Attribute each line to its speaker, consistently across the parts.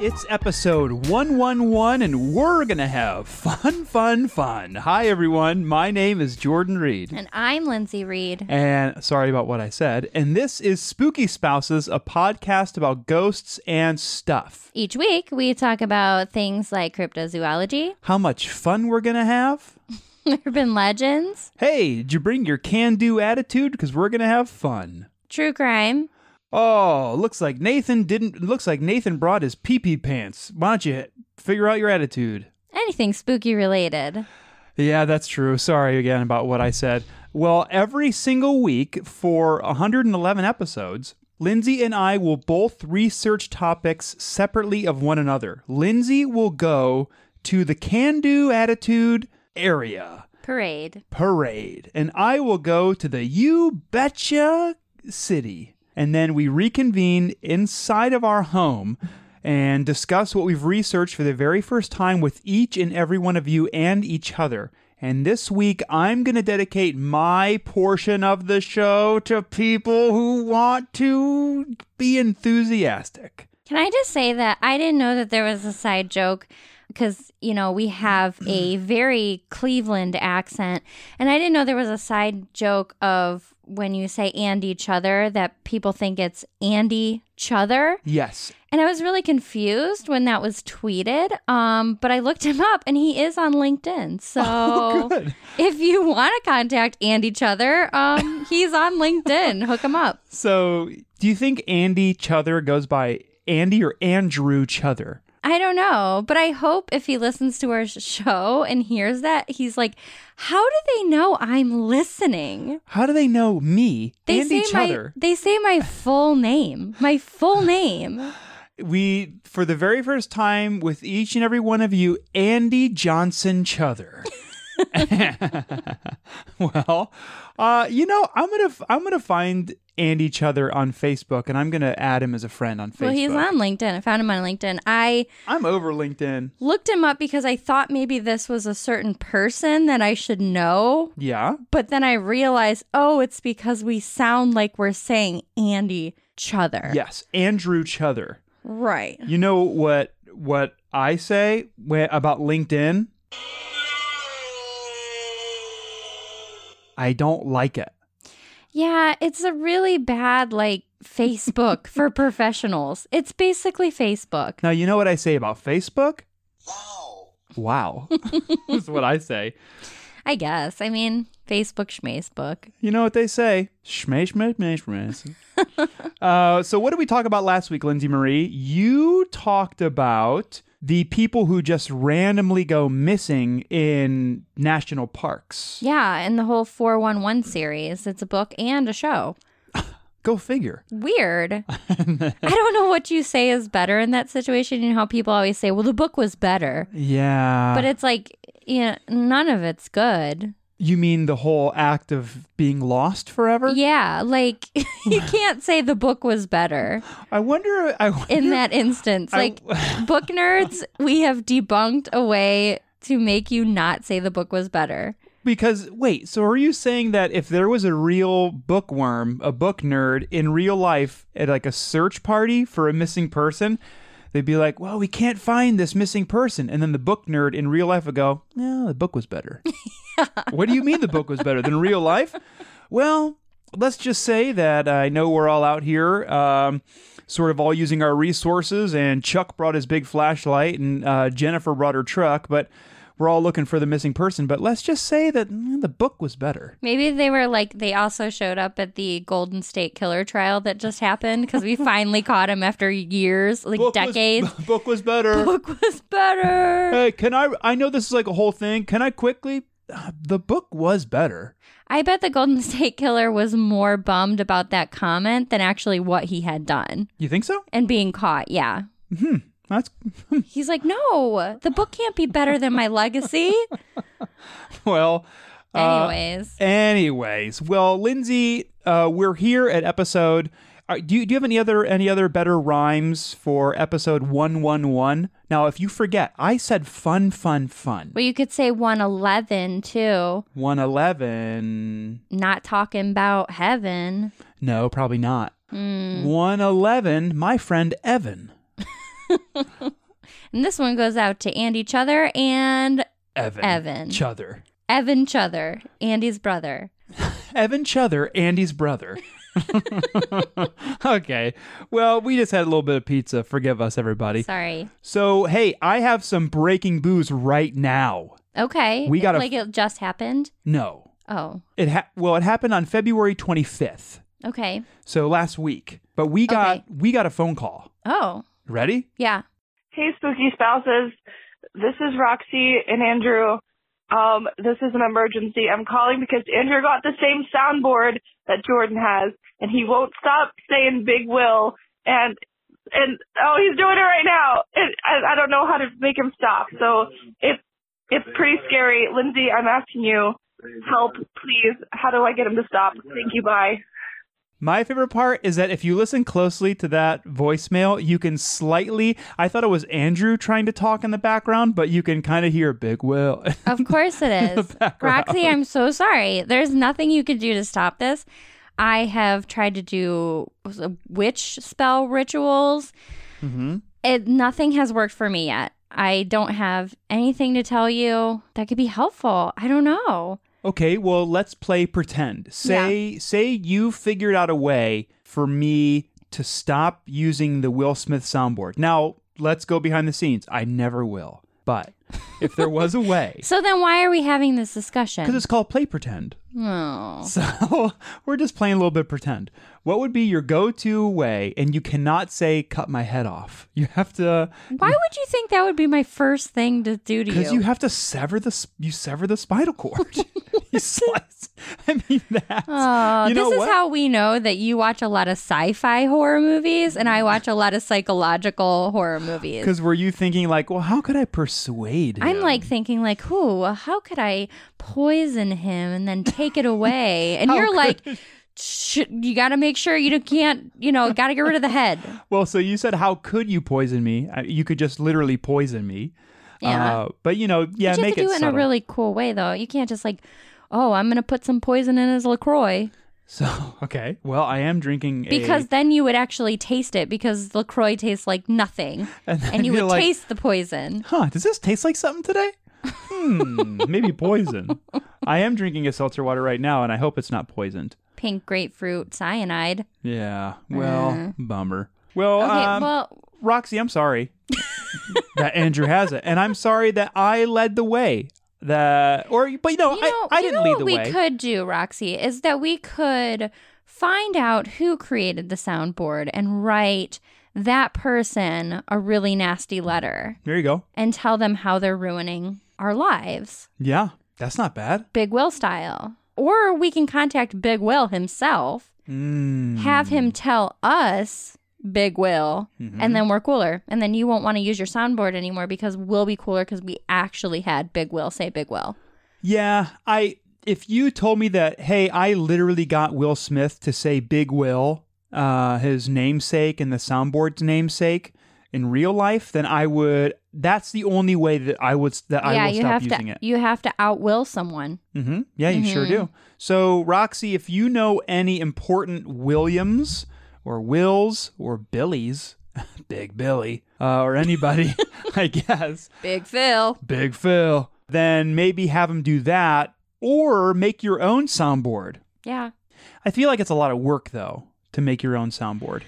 Speaker 1: It's episode 111, and we're going to have fun, fun, fun. Hi, everyone. My name is Jordan Reed.
Speaker 2: And I'm Lindsay Reed.
Speaker 1: And sorry about what I said. And this is Spooky Spouses, a podcast about ghosts and stuff.
Speaker 2: Each week, we talk about things like cryptozoology,
Speaker 1: How much fun we're going to have.
Speaker 2: urban legends,
Speaker 1: Hey, did you bring your can do attitude? Because we're going to have fun.
Speaker 2: true crime.
Speaker 1: Oh, looks like Nathan didn't. Looks like Nathan brought his pee pee pants. Why don't you figure out your attitude?
Speaker 2: Anything spooky related.
Speaker 1: Yeah, that's true. Sorry again about what I said. Well, every single week for 111 episodes, Lindsay and I will both research topics separately of one another. Lindsay will go to the can do attitude area
Speaker 2: Parade.
Speaker 1: parade, and I will go to the You Betcha city. And then we reconvene inside of our home and discuss what we've researched for the very first time with each and every one of you and each other. And this week, I'm going to dedicate my portion of the show to people who want to be enthusiastic.
Speaker 2: Can I just say that I didn't know that there was a side joke because, you know, we have a very Cleveland accent. And I didn't know there was a side joke of when you say and each other that people think it's Andy Chother.
Speaker 1: Yes.
Speaker 2: And I was really confused when that was tweeted. Um, but I looked him up and he is on LinkedIn. So Oh.
Speaker 1: Oh, Good.
Speaker 2: if you want to contact and each other, um, he's on LinkedIn. Hook him up.
Speaker 1: So, do you think Andy Chother goes by Andy or Andrew Chother?
Speaker 2: I don't know, but I hope if he listens to our sh- show and hears that, he's like, How do they know I'm listening?
Speaker 1: How do they know me
Speaker 2: They
Speaker 1: and
Speaker 2: say
Speaker 1: each
Speaker 2: my
Speaker 1: other?
Speaker 2: they say my full name. My full name.
Speaker 1: We, for the very first time with each and every one of you, Andy Johnson Chother. well, uh, you know, I'm gonna f- I'm gonna find Andy Chother on Facebook, and I'm gonna add him as a friend on Facebook.
Speaker 2: Well, he's on LinkedIn. I found him on LinkedIn. I
Speaker 1: I'm over LinkedIn.
Speaker 2: looked him up because I thought maybe this was a certain person that I should know.
Speaker 1: Yeah.
Speaker 2: But then I realized, oh, it's because we sound like we're saying Andy Chother.
Speaker 1: Yes, Andrew Chother.
Speaker 2: Right.
Speaker 1: You know what what I say wh- about LinkedIn? I don't like it.
Speaker 2: Yeah, it's a really bad, like, Facebook for professionals. It's basically Facebook.
Speaker 1: Now, you know what I say about Facebook? Wow. Wow. That's what I say.
Speaker 2: I guess. I mean, Facebook schmacebook.
Speaker 1: You know what they say? Shmay, shmay, shmay, shmay. uh, so, what did we talk about last week, Lindsay Marie? You talked about the people who just randomly go missing in national parks.
Speaker 2: Yeah, and the whole 411 series. It's a book and a show.
Speaker 1: Go figure.
Speaker 2: Weird. I don't know what you say is better in that situation. You know how people always say, well, the book was better.
Speaker 1: Yeah.
Speaker 2: But it's like, you know, none of it's good.
Speaker 1: you mean the whole act of being lost forever?
Speaker 2: Yeah, like you can't say the book was better
Speaker 1: I wonder. I wonder
Speaker 2: in that instance.
Speaker 1: I-
Speaker 2: Like book nerds, we have debunked a way to make you not say the book was better.
Speaker 1: Because wait, so are you saying that if there was a real bookworm, a book nerd in real life at like a search party for a missing person, they'd be like, "Well, we can't find this missing person," and then the book nerd in real life would go, "No, the book was better." What do you mean the book was better than real life? Well, let's just say that I know we're all out here, um, sort of all using our resources, and Chuck brought his big flashlight, and uh, Jennifer brought her truck, but we're all looking for the missing person. But let's just say that mm, the book was better.
Speaker 2: Maybe they were like they also showed up at the Golden State Killer trial that just happened because we finally caught him after years, like decades.
Speaker 1: Was, book was better.
Speaker 2: book was better.
Speaker 1: Hey, can I? I know this is like a whole thing. Can I quickly? Uh, the book was better.
Speaker 2: I bet the Golden State Killer was more bummed about that comment than actually what he had done
Speaker 1: You think so?
Speaker 2: and being caught. Yeah.
Speaker 1: That's
Speaker 2: He's like, no, the book can't be better than my legacy.
Speaker 1: well. uh,
Speaker 2: Anyways,
Speaker 1: Anyways, well, Lindsay, uh, we're here at episode. Uh, do you do you have any other any other better rhymes for episode one one one? Now, if you forget, I said fun, fun, fun.
Speaker 2: well, you could say 111 too.
Speaker 1: One eleven.
Speaker 2: Not talking about heaven.
Speaker 1: No, probably not. One eleven. My friend Evan.
Speaker 2: and this one goes out to Andy Chother and
Speaker 1: Evan.
Speaker 2: Evan.
Speaker 1: Chother.
Speaker 2: Evan Chother, Andy's brother.
Speaker 1: Evan Chother, Andy's brother. okay. Well, we just had a little bit of pizza. Forgive us, everybody.
Speaker 2: Sorry.
Speaker 1: So, hey, I have some breaking booze right now.
Speaker 2: Okay.
Speaker 1: We gotta-
Speaker 2: like it just happened.
Speaker 1: No.
Speaker 2: Oh,
Speaker 1: It ha- well, it happened on February 25th.
Speaker 2: okay.
Speaker 1: So, last week. But we got
Speaker 2: Okay.
Speaker 1: we got a phone call.
Speaker 2: Oh,
Speaker 1: Ready?
Speaker 2: yeah.
Speaker 3: Hey, spooky spouses. This is Roxy and Andrew. Um, this is an emergency. I'm calling because Andrew got the same soundboard that Jordan has, and he won't stop saying Big Will. And and oh, he's doing it right now. And I, I don't know how to make him stop. So it's it's pretty scary. Lindsay, I'm asking you help, please. How do I get him to stop? Thank you. Bye.
Speaker 1: My favorite part is that if you listen closely to that voicemail, you can slightly I thought it was Andrew trying to talk in the background, but you can kind of hear Big Will.
Speaker 2: Of course it is.
Speaker 1: background.
Speaker 2: Roxy, I'm so sorry. There's nothing you could do to stop this. I have tried to do uh, witch spell rituals.
Speaker 1: mm-hmm.
Speaker 2: It nothing has worked for me yet. I don't have anything to tell you that could be helpful. I don't know.
Speaker 1: Okay, well, let's play pretend. Say say you figured out a way for me to stop using the Will Smith soundboard. Now, let's go behind the scenes. I never will. But if there was a way,
Speaker 2: So then why are we having this
Speaker 1: cuz
Speaker 2: discussion?
Speaker 1: it's Mm. called play pretend.
Speaker 2: Oh.
Speaker 1: So, we're just playing a little bit pretend. What would be your go-to way and you cannot say cut my head off. You have to
Speaker 2: Why would you think that would be my first thing to do to
Speaker 1: cuz
Speaker 2: you?
Speaker 1: you have to sever the s- you sever the spinal cord. you slice. I mean that.
Speaker 2: Oh,
Speaker 1: you know
Speaker 2: this is
Speaker 1: what?
Speaker 2: how we know that you watch a lot of sci-fi horror movies and I watch a lot of psychological horror movies.
Speaker 1: Because were you thinking like, well, how could I persuade?
Speaker 2: I'm
Speaker 1: him?
Speaker 2: like thinking like, who? How could I poison him and then take it away? And
Speaker 1: How
Speaker 2: you're
Speaker 1: could-
Speaker 2: like, Sh- you got to make sure you can't, you know, got to get rid of the head.
Speaker 1: well, so you said, how could you poison me? I- You could just literally poison me.
Speaker 2: Yeah.
Speaker 1: Uh, but you know, yeah,
Speaker 2: but you
Speaker 1: make
Speaker 2: have to do
Speaker 1: it
Speaker 2: it in
Speaker 1: subtle.
Speaker 2: a really cool way though. You can't just like, oh, I'm gonna put some poison in his Lacroix
Speaker 1: so okay. Well, I am drinking a-
Speaker 2: because then you would actually taste it because Lacroix tastes like nothing,
Speaker 1: then
Speaker 2: and you
Speaker 1: you're
Speaker 2: would
Speaker 1: like,
Speaker 2: taste the poison.
Speaker 1: Huh? Does this taste like something today? Hmm. maybe poison. I am drinking a seltzer water right now, and I hope it's not poisoned.
Speaker 2: Pink grapefruit cyanide.
Speaker 1: Yeah. Well,
Speaker 2: Uh.
Speaker 1: bummer. Well,
Speaker 2: Okay,
Speaker 1: um,
Speaker 2: well,
Speaker 1: Roxy, I'm sorry that Andrew has it, and I'm sorry that I led the way. The or, but you know,
Speaker 2: you
Speaker 1: I-
Speaker 2: know,
Speaker 1: I,
Speaker 2: you
Speaker 1: didn't
Speaker 2: know
Speaker 1: lead
Speaker 2: what
Speaker 1: the
Speaker 2: we
Speaker 1: way.
Speaker 2: could do, Roxy, is that we could find out who created the soundboard and write that person a really nasty letter
Speaker 1: There you go.
Speaker 2: and tell them how they're ruining our lives,
Speaker 1: Yeah, that's not bad.
Speaker 2: Big Will style. Or we can contact Big Will himself,
Speaker 1: Mm.
Speaker 2: have him tell us Big Will,
Speaker 1: Mm-hmm.
Speaker 2: and then we're cooler. And then you won't want to use your soundboard anymore because we'll be cooler because we actually had Big Will say Big Will.
Speaker 1: Yeah, I. If you told me that, hey, I literally got Will Smith to say Big Will, uh, his namesake and the soundboard's namesake, in real life, then I would. That's the only way that I would that I
Speaker 2: yeah,
Speaker 1: will
Speaker 2: you
Speaker 1: stop
Speaker 2: have
Speaker 1: using
Speaker 2: to
Speaker 1: it.
Speaker 2: you have to outwill someone.
Speaker 1: Mm-hmm. Yeah, you sure do. So, Roxy, if you know any important Williams or Wills or Billies, Big Billy, uh, or anybody, I guess,
Speaker 2: Big Phil.
Speaker 1: Big Phil, then maybe have him do that or make your own soundboard.
Speaker 2: Yeah.
Speaker 1: I feel like it's a lot of work, though, to make your own soundboard.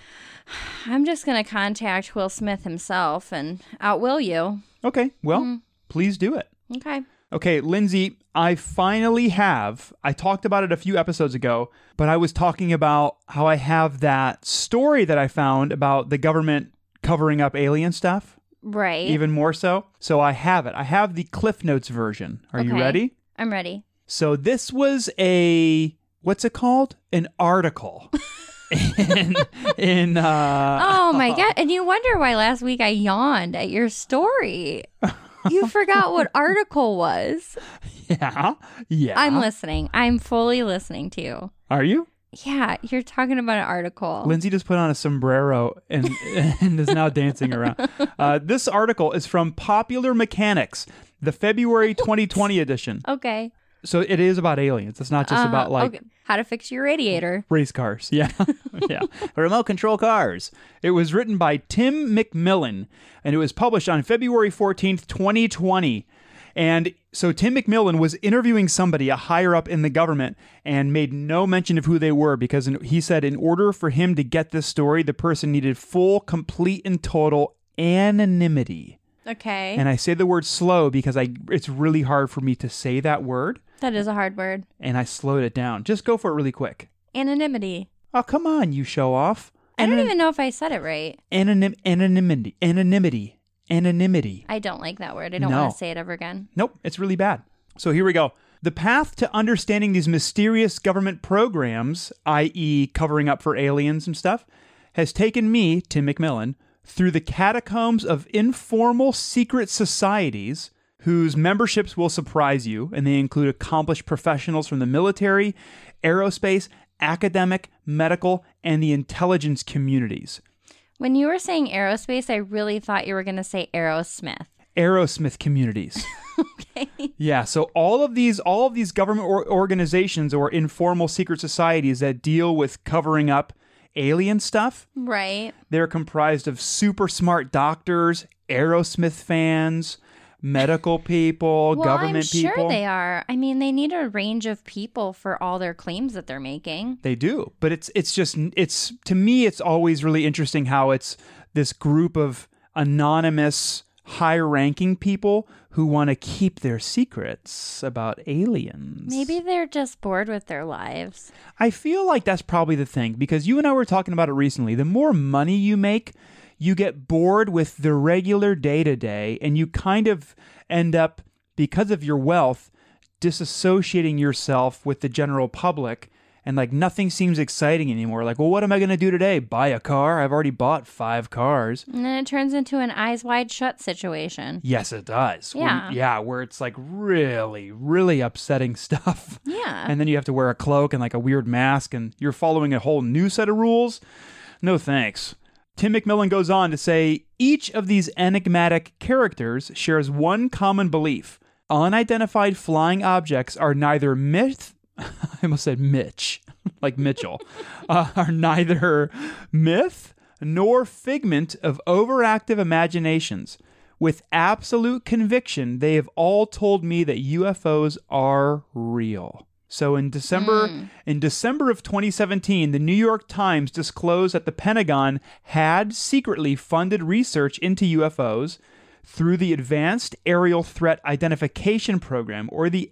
Speaker 2: I'm just going to contact Will Smith himself and outwill you.
Speaker 1: Okay, well, please do it.
Speaker 2: Okay.
Speaker 1: Okay, Lindsay, I finally have. I talked about it a few episodes ago, but I was talking about how I have that story that I found about the government covering up alien stuff,
Speaker 2: Right.
Speaker 1: even more so. So I have it. I have the Cliff Notes version. Are you
Speaker 2: Okay.
Speaker 1: ready?
Speaker 2: I'm ready.
Speaker 1: So this was a what's it called? An article. in in uh
Speaker 2: Oh my god. And you wonder why last week I yawned at your story. You forgot what article was.
Speaker 1: yeah. Yeah.
Speaker 2: I'm listening. I'm fully listening to you.
Speaker 1: Are you?
Speaker 2: Yeah, you're talking about an article.
Speaker 1: Lindsay just put on a sombrero and, and is now dancing around. Uh, this article is from Popular Mechanics, the February 2020 edition.
Speaker 2: okay.
Speaker 1: So it is about aliens. It's not just
Speaker 2: Uh-huh.
Speaker 1: about like
Speaker 2: Okay. how to fix your radiator.
Speaker 1: race cars. Yeah. yeah. Remote control cars. It was written by Tim McMillan and it was published on February 14th, 2020. And so Tim McMillan was interviewing somebody, a higher up in the government, and made no mention of who they were because in- he said in order for him to get this story, the person needed full, complete, and total anonymity.
Speaker 2: Okay,
Speaker 1: And I say the word slow because I it's really hard for me to say that word,
Speaker 2: that is a hard word.
Speaker 1: and I slowed it down. Just go for it really quick.
Speaker 2: Anonymity.
Speaker 1: Oh, come on, you show off.
Speaker 2: I don't
Speaker 1: Anon-
Speaker 2: even know if I said it right.
Speaker 1: Anonym, anonymity, anonymity, anonymity.
Speaker 2: I don't like that word. I don't
Speaker 1: No.
Speaker 2: want to say it ever again.
Speaker 1: Nope, it's really bad. So here we go. The path to understanding these mysterious government programs, i.e., covering up for aliens and stuff, has taken me, Tim McMillan, through the catacombs of informal secret societies whose memberships will surprise you, and they include accomplished professionals from the military, aerospace, academic, medical, and the intelligence communities.
Speaker 2: When you were saying aerospace, I really thought you were going to say Aerosmith.
Speaker 1: Aerosmith communities. okay. Yeah, so all of these all of these government or- organizations or informal secret societies that deal with covering up alien stuff,
Speaker 2: Right.
Speaker 1: they're comprised of super smart doctors, Aerosmith fans, medical people,
Speaker 2: Well,
Speaker 1: Oh, government
Speaker 2: I'm sure
Speaker 1: people.
Speaker 2: they are. I mean, they need a range of people for all their claims that they're making.
Speaker 1: They do, but it's it's just it's to me it's always really interesting how it's this group of anonymous high-ranking people who want to keep their secrets about aliens.
Speaker 2: Maybe they're just bored with their lives.
Speaker 1: I feel like that's probably the thing because you and I were talking about it recently. The more money you make, you get bored with the regular day to day, and you kind of end up, because of your wealth, disassociating yourself with the general public. And like nothing seems exciting anymore. Like, well, what am I going to do today? Buy a car? I've already bought five cars.
Speaker 2: And then it turns into an eyes wide shut situation.
Speaker 1: Yes, it does. Where-
Speaker 2: Yeah.
Speaker 1: yeah, where it's like really, really upsetting stuff.
Speaker 2: Yeah.
Speaker 1: and then you have to wear a cloak and like a weird mask and you're following a whole new set of rules. No thanks. Tim McMillan goes on to say each of these enigmatic characters shares one common belief. Unidentified flying objects are neither myth, I almost said Mitch, like Mitchell, uh, are neither myth nor figment of overactive imaginations. With absolute conviction, they have all told me that UFOs are real. So in December in December of 2017, the New York Times disclosed that the Pentagon had secretly funded research into UFOs through the Advanced Aerial Threat Identification Program, or the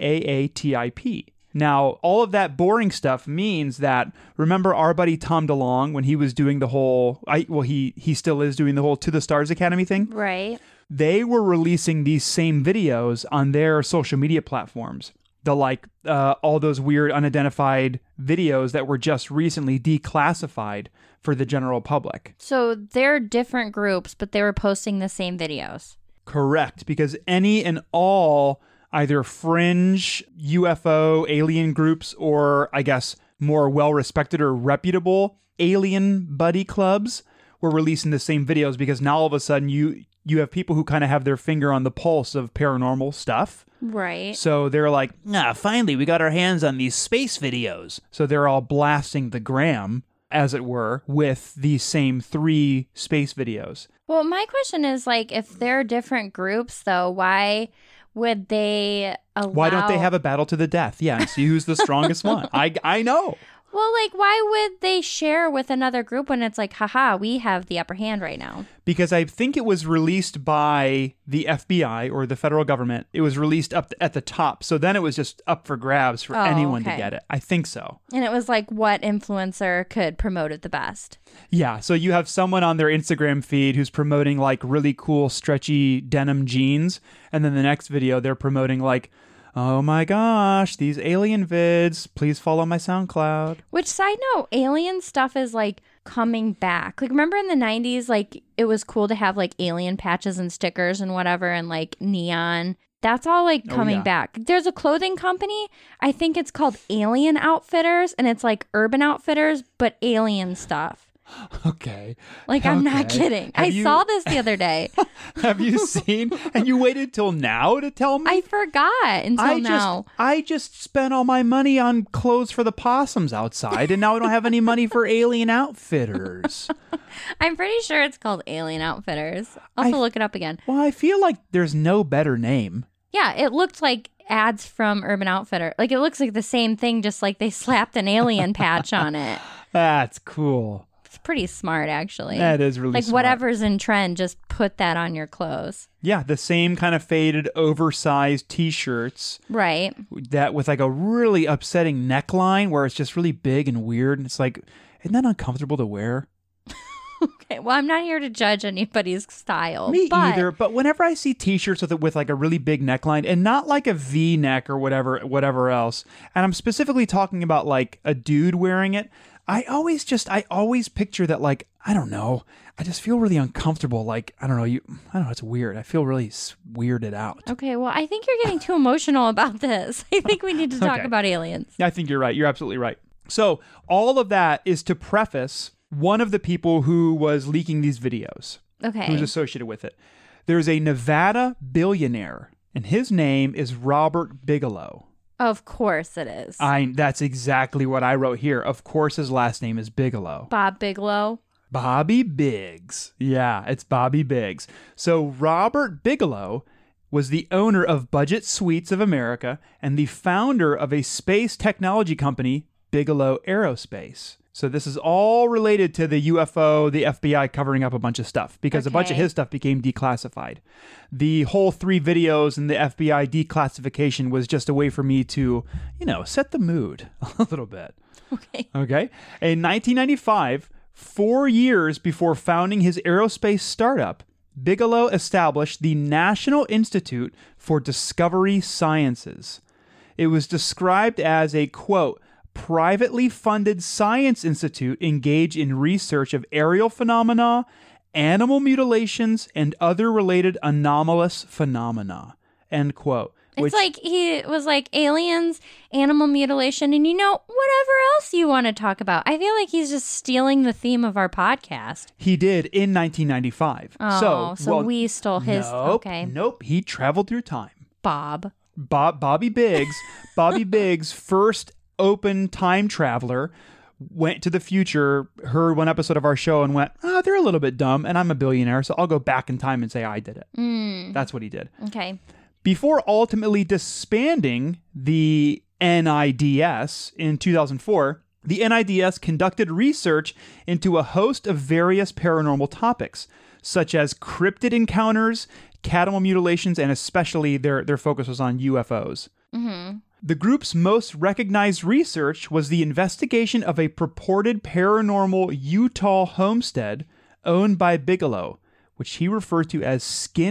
Speaker 1: AATIP. Now, all of that boring stuff means that remember our buddy Tom DeLong when he was doing the whole I well he he still is doing the whole To the Stars Academy thing?
Speaker 2: right.
Speaker 1: They were releasing these same videos on their social media platforms. The like uh, all those weird unidentified videos that were just recently declassified for the general public.
Speaker 2: So they're different groups, but they were posting the same videos.
Speaker 1: Correct, because any and all either fringe UFO alien groups or I guess more well respected or reputable alien buddy clubs were releasing the same videos because now all of a sudden you you have people who kind of have their finger on the pulse of paranormal stuff.
Speaker 2: Right.
Speaker 1: So they're like, ah, finally we got our hands on these space videos. So they're all blasting the gram, as it were, with these same three space videos.
Speaker 2: Well, my question is like, if they're different groups, though, why would they allow?
Speaker 1: Why don't they have a battle to the death? Yeah, and see who's the strongest one. I I know.
Speaker 2: Well, like, why would they share with another group when it's like, haha, we have the upper hand right now?
Speaker 1: Because I think it was released by the FBI or the federal government. It was released up at the top. So then it was just up for grabs for
Speaker 2: Oh,
Speaker 1: anyone to
Speaker 2: okay.
Speaker 1: get it. I think so.
Speaker 2: And it was like, what influencer could promote it the best?
Speaker 1: Yeah. So you have someone on their Instagram feed who's promoting like really cool, stretchy denim jeans. And then the next video, they're promoting like, oh my gosh, these alien vids. Please follow my SoundCloud.
Speaker 2: Which side note, alien stuff is like coming back. Like remember in the 90s like it was cool to have like alien patches and stickers and whatever and like neon. That's all like
Speaker 1: Oh,
Speaker 2: coming
Speaker 1: yeah.
Speaker 2: back. There's a clothing company, I think it's called Alien Outfitters and it's like Urban Outfitters but alien stuff.
Speaker 1: Okay.
Speaker 2: Like I'm not
Speaker 1: Okay.
Speaker 2: kidding.
Speaker 1: Have
Speaker 2: I
Speaker 1: you-
Speaker 2: saw this the other day.
Speaker 1: Have you seen? and you waited till now to tell me?
Speaker 2: I forgot until
Speaker 1: I
Speaker 2: now.
Speaker 1: just I just spent all my money on clothes for the possums outside, and now I don't have any money for Alien Outfitters.
Speaker 2: I'm pretty sure it's called Alien Outfitters. I'll have
Speaker 1: I-
Speaker 2: to look it up again.
Speaker 1: Well, I feel like there's no better name.
Speaker 2: Yeah, it looked like ads from Urban Outfitter. Like it looks like the same thing, just like they slapped an alien patch on it.
Speaker 1: That's cool.
Speaker 2: It's pretty smart, actually.
Speaker 1: That is really
Speaker 2: like
Speaker 1: smart.
Speaker 2: whatever's in trend, just put that on your clothes.
Speaker 1: Yeah, the same kind of faded, oversized T-shirts
Speaker 2: Right.
Speaker 1: that with like a really upsetting neckline where it's just really big and weird, and it's like, isn't that uncomfortable to wear?
Speaker 2: Okay. Well, I'm not here to judge anybody's style.
Speaker 1: Me
Speaker 2: but
Speaker 1: either. But whenever I see T-shirts with with like a really big neckline and not like a V-neck or whatever, whatever else, and I'm specifically talking about like a dude wearing it, I always just I always picture that like I don't know. I just feel really uncomfortable. Like I don't know you. I don't know. It's weird. I feel really s- weirded out.
Speaker 2: Okay, well, I think you're getting too emotional about this. I think we need to talk
Speaker 1: Okay.
Speaker 2: about aliens.
Speaker 1: I think you're right. You're absolutely right. So, all of that is to preface one of the people who was leaking these videos,
Speaker 2: Okay.
Speaker 1: who's associated with it. There's a Nevada billionaire, and his name is Robert Bigelow.
Speaker 2: of course it is.
Speaker 1: I that's exactly what I wrote here. Of course his last name is Bigelow.
Speaker 2: Bob Bigelow.
Speaker 1: Bobby Biggs. Yeah, it's Bobby Biggs. So Robert Bigelow was the owner of Budget Suites of America and the founder of a space technology company, Bigelow Aerospace. So this is all related to the UFO, the FBI covering up a bunch of stuff because a bunch of
Speaker 2: Okay.
Speaker 1: his stuff became declassified. The whole three videos and the FBI declassification was just a way for me to, you know, set the mood a little bit.
Speaker 2: Okay.
Speaker 1: Okay. In 1995, four years before founding his aerospace startup, Bigelow established the National Institute for Discovery Sciences. It was described as a quote, privately funded science institute engaged in research of aerial phenomena, animal mutilations, and other related anomalous phenomena, end quote.
Speaker 2: It's like he was like aliens, animal mutilation, and you know, whatever else you want to talk about. I feel like he's just stealing the theme of our podcast.
Speaker 1: he did in 1995.
Speaker 2: Oh, so,
Speaker 1: well,
Speaker 2: we stole his.
Speaker 1: Nope,
Speaker 2: okay.
Speaker 1: Nope. He traveled through time.
Speaker 2: Bob.
Speaker 1: Bob Bobby Biggs, Bobby Biggs, first open time traveler, went to the future, heard one episode of our show, and went, "Ah, they're a little bit dumb, and I'm a billionaire, so I'll go back in time and say I did it."
Speaker 2: Hmm.
Speaker 1: That's what he did.
Speaker 2: Okay.
Speaker 1: Before ultimately disbanding the NIDS in 2004, the NIDS conducted research into a host of various paranormal topics, such as cryptid encounters, cattle mutilations, and especially their, their focus was on UFOs.
Speaker 2: Mm-hmm.
Speaker 1: The group's most recognized research was the investigation of a purported paranormal Utah homestead owned by Bigelow, which he referred to as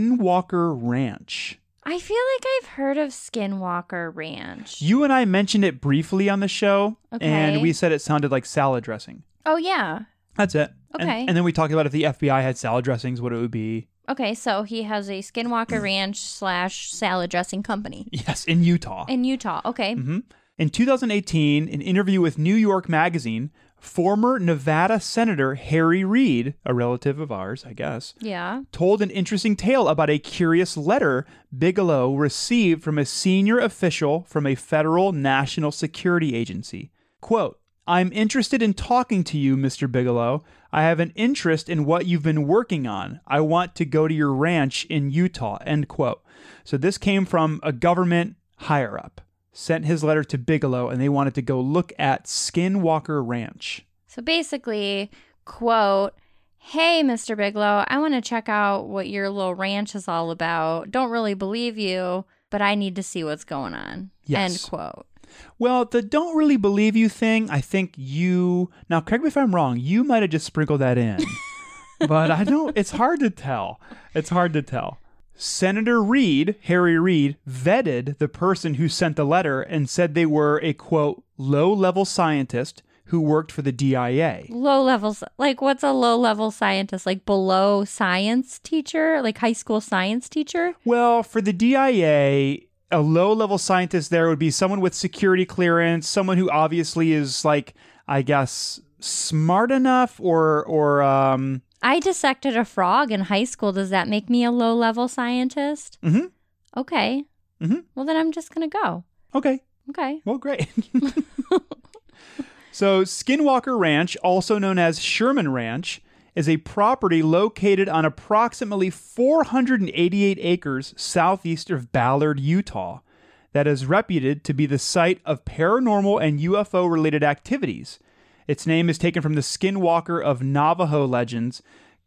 Speaker 1: Skinwalker Ranch.
Speaker 2: I feel like I've heard of Skinwalker Ranch.
Speaker 1: You and I mentioned it briefly on the show, and
Speaker 2: Okay.
Speaker 1: we said it sounded like salad dressing.
Speaker 2: Oh, yeah.
Speaker 1: That's it. And-
Speaker 2: Okay.
Speaker 1: And, then we talked about if the FBI had salad dressings, what it would be.
Speaker 2: Okay, so he has a
Speaker 1: Mm.
Speaker 2: Skinwalker Ranch slash salad dressing company
Speaker 1: Yes, in Utah.
Speaker 2: in Utah. Okay.
Speaker 1: Mm-hmm. in 2018, an interview with New York Magazine, former Nevada Senator Harry Reid, a relative of ours, I guess,
Speaker 2: Yeah.
Speaker 1: told an interesting tale about a curious letter Bigelow received from a senior official from a federal national security agency. Quote, I'm interested in talking to you, Mr. Bigelow. I have an interest in what you've been working on. I want to go to your ranch in Utah. End quote. So this came from a government higher up. Sent his letter to Bigelow and they wanted to go look at Skinwalker Ranch.
Speaker 2: So basically, quote, Hey, Mr. Bigelow, I want to check out what your little ranch is all about. Don't really believe you, but I need to see what's going on. End
Speaker 1: Yes.
Speaker 2: quote.
Speaker 1: Well, the don't really believe you thing, I think you now correct me if I'm wrong, you might have just sprinkled that in. but I don't it's hard to tell. It's hard to tell. Senator Reed, Harry Reid, vetted the person who sent the letter and said they were a quote low level scientist who worked for the DIA.
Speaker 2: Low levels, like what's a low level scientist? Like below science teacher, like high school science teacher?
Speaker 1: Well, for the DIA, a low level scientist there would be someone with security clearance, someone who obviously is like, I guess, smart enough or or um
Speaker 2: I dissected a frog in high school. Does that make me a low level scientist?
Speaker 1: Mhm.
Speaker 2: Okay.
Speaker 1: Mhm.
Speaker 2: Well, then I'm just going to go.
Speaker 1: okay,
Speaker 2: Okay.
Speaker 1: well great. so Skinwalker Ranch, also known as Sherman Ranch, is a property located on approximately 488 acres southeast of Ballard, Utah, that is reputed to be the site of paranormal and UFO related activities. Its name is taken from the Skinwalker of Navajo legends,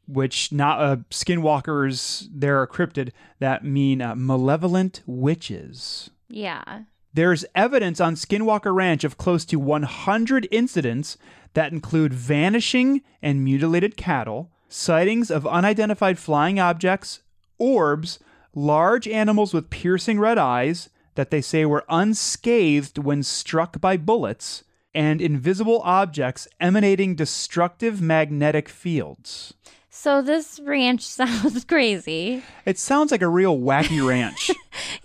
Speaker 1: which not uh, skinwalkers there are cryptid that mean uh, malevolent witches.
Speaker 2: Yeah.
Speaker 1: There's evidence on Skinwalker Ranch of close to 100 incidents that include vanishing and mutilated cattle, sightings of unidentified flying objects, orbs, large animals with piercing red eyes that they say were unscathed when struck by bullets, and invisible objects emanating destructive magnetic fields.
Speaker 2: So this ranch sounds crazy.
Speaker 1: It sounds like a real wacky ranch.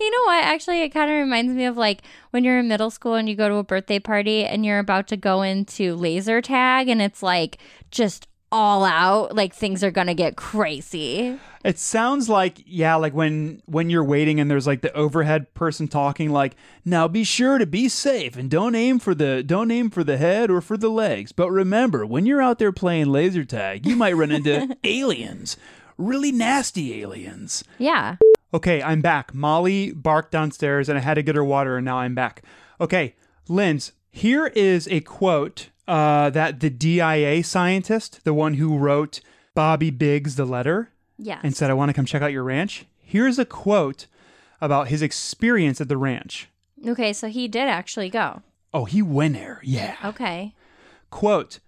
Speaker 2: You know what? Actually, it kind of reminds me of like when you're in middle school and you go to a birthday party and you're about to go into laser tag and it's like just all out, like things are going to get crazy.
Speaker 1: It sounds like yeah, like when when you're waiting and there's like the overhead person talking like, "Now be sure to be safe and don't aim for the don't aim for the head or for the legs, but remember when you're out there playing laser tag, you might run into aliens, really nasty aliens."
Speaker 2: Yeah.
Speaker 1: Okay, I'm back. Molly barked downstairs and I had to get her water and now I'm back. Okay, Linz, here is a quote uh, that the DIA scientist, the one who wrote Bobby Biggs the letter,
Speaker 2: Yes.
Speaker 1: and said, I want to come check out your ranch. Here's a quote about his experience at the ranch.
Speaker 2: okay. So he did actually go.
Speaker 1: Oh, he went there. Yeah.
Speaker 2: Okay.
Speaker 1: Oh. Quote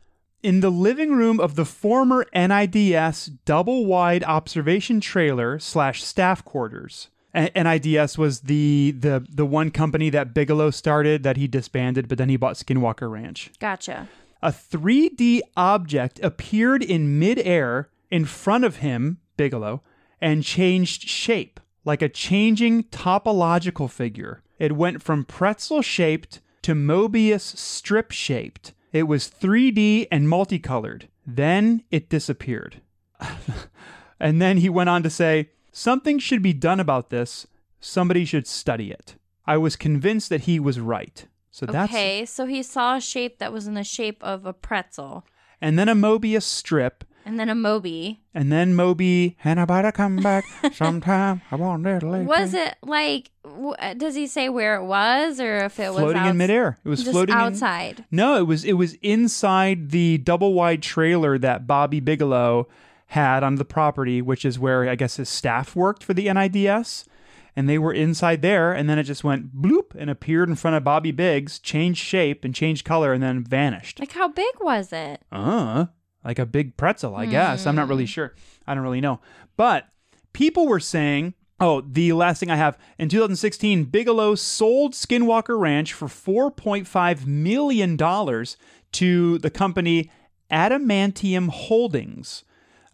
Speaker 1: In the living room of the former NIDS double wide observation trailer slash staff quarters. A- NIDS was the, the the one company that Bigelow started that he disbanded, but then he bought Skinwalker Ranch.
Speaker 2: Gotcha.
Speaker 1: A 3D object appeared in midair in front of him, Bigelow, and changed shape like a changing topological figure. It went from pretzel shaped to Mobius strip shaped. It was 3D and multicolored. Then it disappeared. and then he went on to say, Something should be done about this. Somebody should study it. I was convinced that he was right. So that's
Speaker 2: okay. So he saw a shape that was in the shape of a pretzel
Speaker 1: and then a Mobius strip
Speaker 2: and then a Moby.
Speaker 1: And then Moby, and I better come back sometime. I want that later.
Speaker 2: Was it like, w- uh, does he say where it was or if it was
Speaker 1: floating
Speaker 2: outs-
Speaker 1: in midair? It was
Speaker 2: just
Speaker 1: floating in-
Speaker 2: outside?
Speaker 1: no, it was it was inside the double wide trailer that Bobby Bigelow had on the property, which is where I guess his staff worked for the NIDS. And they were inside there, and then it just went bloop and appeared in front of Bobby Biggs, changed shape and changed color, and then vanished.
Speaker 2: Like, how big was it?
Speaker 1: uh like a big pretzel i guess i'm not really sure i don't really know but people were saying oh the last thing i have in 2016 bigelow sold skinwalker ranch for 4.5 million dollars to the company adamantium holdings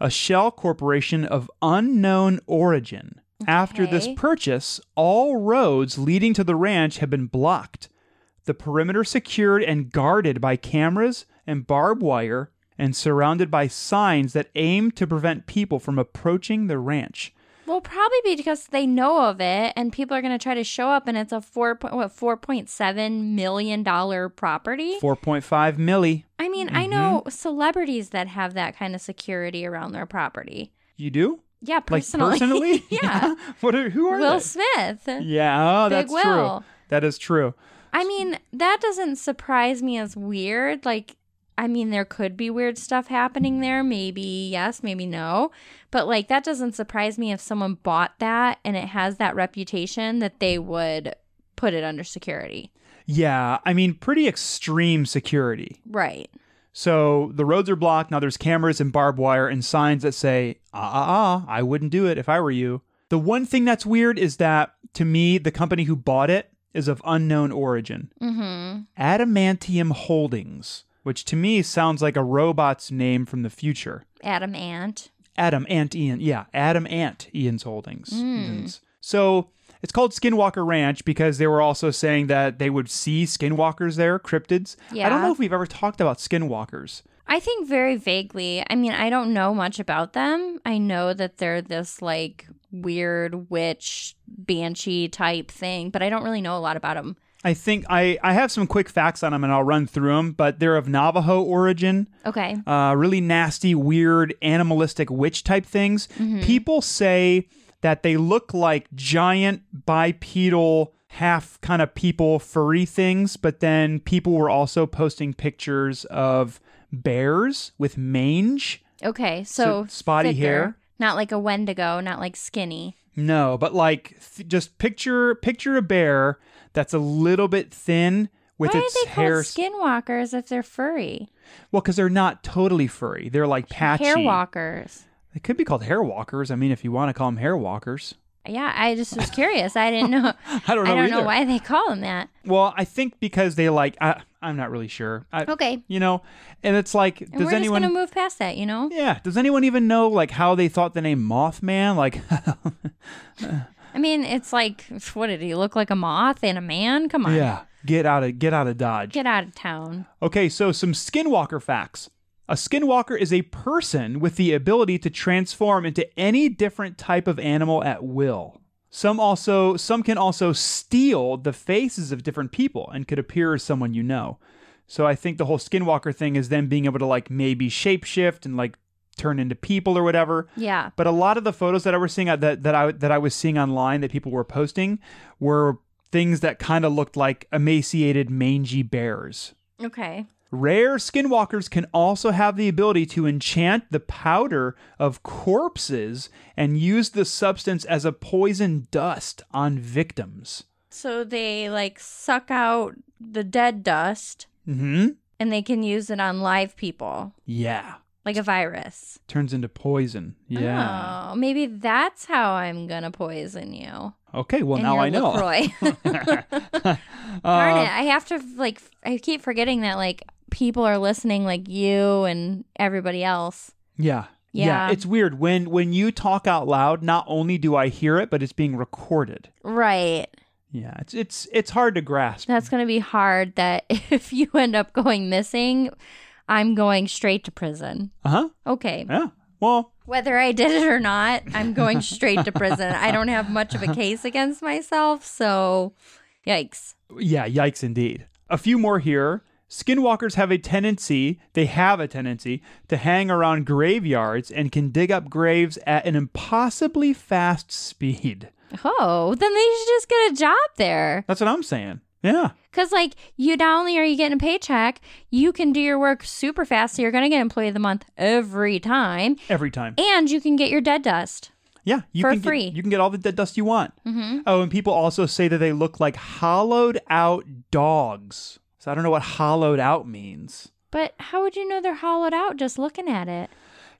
Speaker 1: a shell corporation of unknown origin after this
Speaker 2: Okay.
Speaker 1: purchase all roads leading to the ranch have been blocked the perimeter secured and guarded by cameras and barbed wire and surrounded by signs that aim to prevent people from approaching the ranch.
Speaker 2: Well, probably because they know of it, and people are going to try to show up, and it's a four point what four point seven million dollar property.
Speaker 1: 4.5 milli.
Speaker 2: I mean,
Speaker 1: Mm-hmm.
Speaker 2: I know celebrities that have that kind of security around their property.
Speaker 1: You do?
Speaker 2: Yeah,
Speaker 1: Like
Speaker 2: personally.
Speaker 1: personally?
Speaker 2: yeah.
Speaker 1: What are who are
Speaker 2: Will
Speaker 1: they?
Speaker 2: Smith.
Speaker 1: Yeah, oh,
Speaker 2: Big
Speaker 1: that's
Speaker 2: Will.
Speaker 1: true. That is true.
Speaker 2: I mean, that doesn't surprise me as weird. Like, I mean, there could be weird stuff happening there. Maybe yes, maybe no. But like, that doesn't surprise me if someone bought that and it has that reputation that they would put it under security.
Speaker 1: Yeah, I mean pretty extreme security.
Speaker 2: Right.
Speaker 1: So the roads are blocked. Now there's cameras and barbed wire and signs that say, ah, ah, ah, I wouldn't do it if I were you. The one thing that's weird is that to me, the company who bought it is of unknown origin.
Speaker 2: Mm-hmm.
Speaker 1: Adamantium Holdings, which to me sounds like a robot's name from the future.
Speaker 2: Adam Ant.
Speaker 1: Adam Ant Ian. Yeah, Adam Ant Ian's Holdings.
Speaker 2: Mm.
Speaker 1: Ian's. So it's called Skinwalker Ranch because they were also saying that they would see skinwalkers there, cryptids. I don't
Speaker 2: Yeah.
Speaker 1: know if we've ever talked about skinwalkers.
Speaker 2: I think very vaguely. I mean, I don't know much about them. I know that they're this like weird witch banshee type thing, but I don't really know a lot about them.
Speaker 1: I think I, I have some quick facts on them and I'll run through them, but they're of Navajo origin.
Speaker 2: Okay.
Speaker 1: uh, really nasty, weird, animalistic witch type things.
Speaker 2: Mm-hmm.
Speaker 1: People say that they look like giant bipedal, half kind of people, furry things, but then people were also posting pictures of bears with mange.
Speaker 2: Okay. So,
Speaker 1: spotty
Speaker 2: thicker.
Speaker 1: hair.
Speaker 2: Not like a Wendigo, not like skinny.
Speaker 1: No, but like th- just picture picture a bear that's a little bit thin with
Speaker 2: Why are
Speaker 1: its
Speaker 2: they called
Speaker 1: hair.
Speaker 2: skinwalkers if they're furry?
Speaker 1: well, because they're not totally furry; they're like patchy.
Speaker 2: Hair walkers.
Speaker 1: They could be called hair walkers. I mean, if you want to call them hair walkers.
Speaker 2: Yeah, I just was curious. I didn't know.
Speaker 1: I don't know
Speaker 2: I don't know
Speaker 1: either.
Speaker 2: why they call them that.
Speaker 1: Well, I think because they like I, I'm not really sure. I,
Speaker 2: Okay.
Speaker 1: You know, and it's like
Speaker 2: And
Speaker 1: does
Speaker 2: we're
Speaker 1: anyone
Speaker 2: just gonna move past that, you know.
Speaker 1: Yeah, does anyone even know like how they thought the name Mothman like
Speaker 2: I mean, it's like, what did he look like? A moth and a man? Come on,
Speaker 1: Yeah, get out of get out of dodge.
Speaker 2: get out of town.
Speaker 1: Okay, so some skinwalker facts. A skinwalker is a person with the ability to transform into any different type of animal at will. Some also some can also steal the faces of different people and could appear as someone you know. So I think the whole skinwalker thing is them being able to like maybe shapeshift and like turn into people or whatever.
Speaker 2: Yeah,
Speaker 1: But a lot of the photos that I was seeing uh, that that I that I was seeing online that people were posting were things that kind of looked like emaciated mangy bears.
Speaker 2: okay.
Speaker 1: Rare skinwalkers can also have the ability to enchant the powder of corpses and use the substance as a poison dust on victims.
Speaker 2: So they like suck out the dead dust,
Speaker 1: hmm
Speaker 2: and they can use it on live people,
Speaker 1: Yeah.
Speaker 2: like a virus.
Speaker 1: Turns into poison. Yeah.
Speaker 2: Oh, maybe that's how I'm gonna poison you.
Speaker 1: Okay, well
Speaker 2: Oh. and
Speaker 1: now
Speaker 2: your
Speaker 1: I know.
Speaker 2: LaCroix. Darn
Speaker 1: Uh,
Speaker 2: it! I have to like. f- I keep forgetting that like people are listening, like you and everybody else.
Speaker 1: yeah.
Speaker 2: Yeah.
Speaker 1: It's weird. When when you talk out loud, not only do I hear it, but it's being recorded.
Speaker 2: Right.
Speaker 1: Yeah. It's it's it's hard to grasp.
Speaker 2: That's going to be hard that if you end up going missing, I'm going straight to prison.
Speaker 1: Uh-huh.
Speaker 2: Okay.
Speaker 1: Yeah. Well,
Speaker 2: Whether I did it or not, I'm going straight to prison. I don't have much of a case against myself, so yikes.
Speaker 1: Yeah, yikes indeed. A few more here. Skinwalkers have a tendency, they have a tendency, to hang around graveyards and can dig up graves at an impossibly fast speed.
Speaker 2: Oh, then they should just get a job there.
Speaker 1: That's what I'm saying. Yeah.
Speaker 2: Cause like you not only are you getting a paycheck, you can do your work super fast, so you're gonna get employee of the month every time.
Speaker 1: Every time.
Speaker 2: And you can get your dead dust.
Speaker 1: Yeah. You
Speaker 2: For
Speaker 1: can get-
Speaker 2: free.
Speaker 1: you can get all the dead dust you want. Mm-hmm. Oh, and people also say that they look like hollowed out dogs. So I don't know what hollowed out means.
Speaker 2: But how would you know they're hollowed out just looking at it?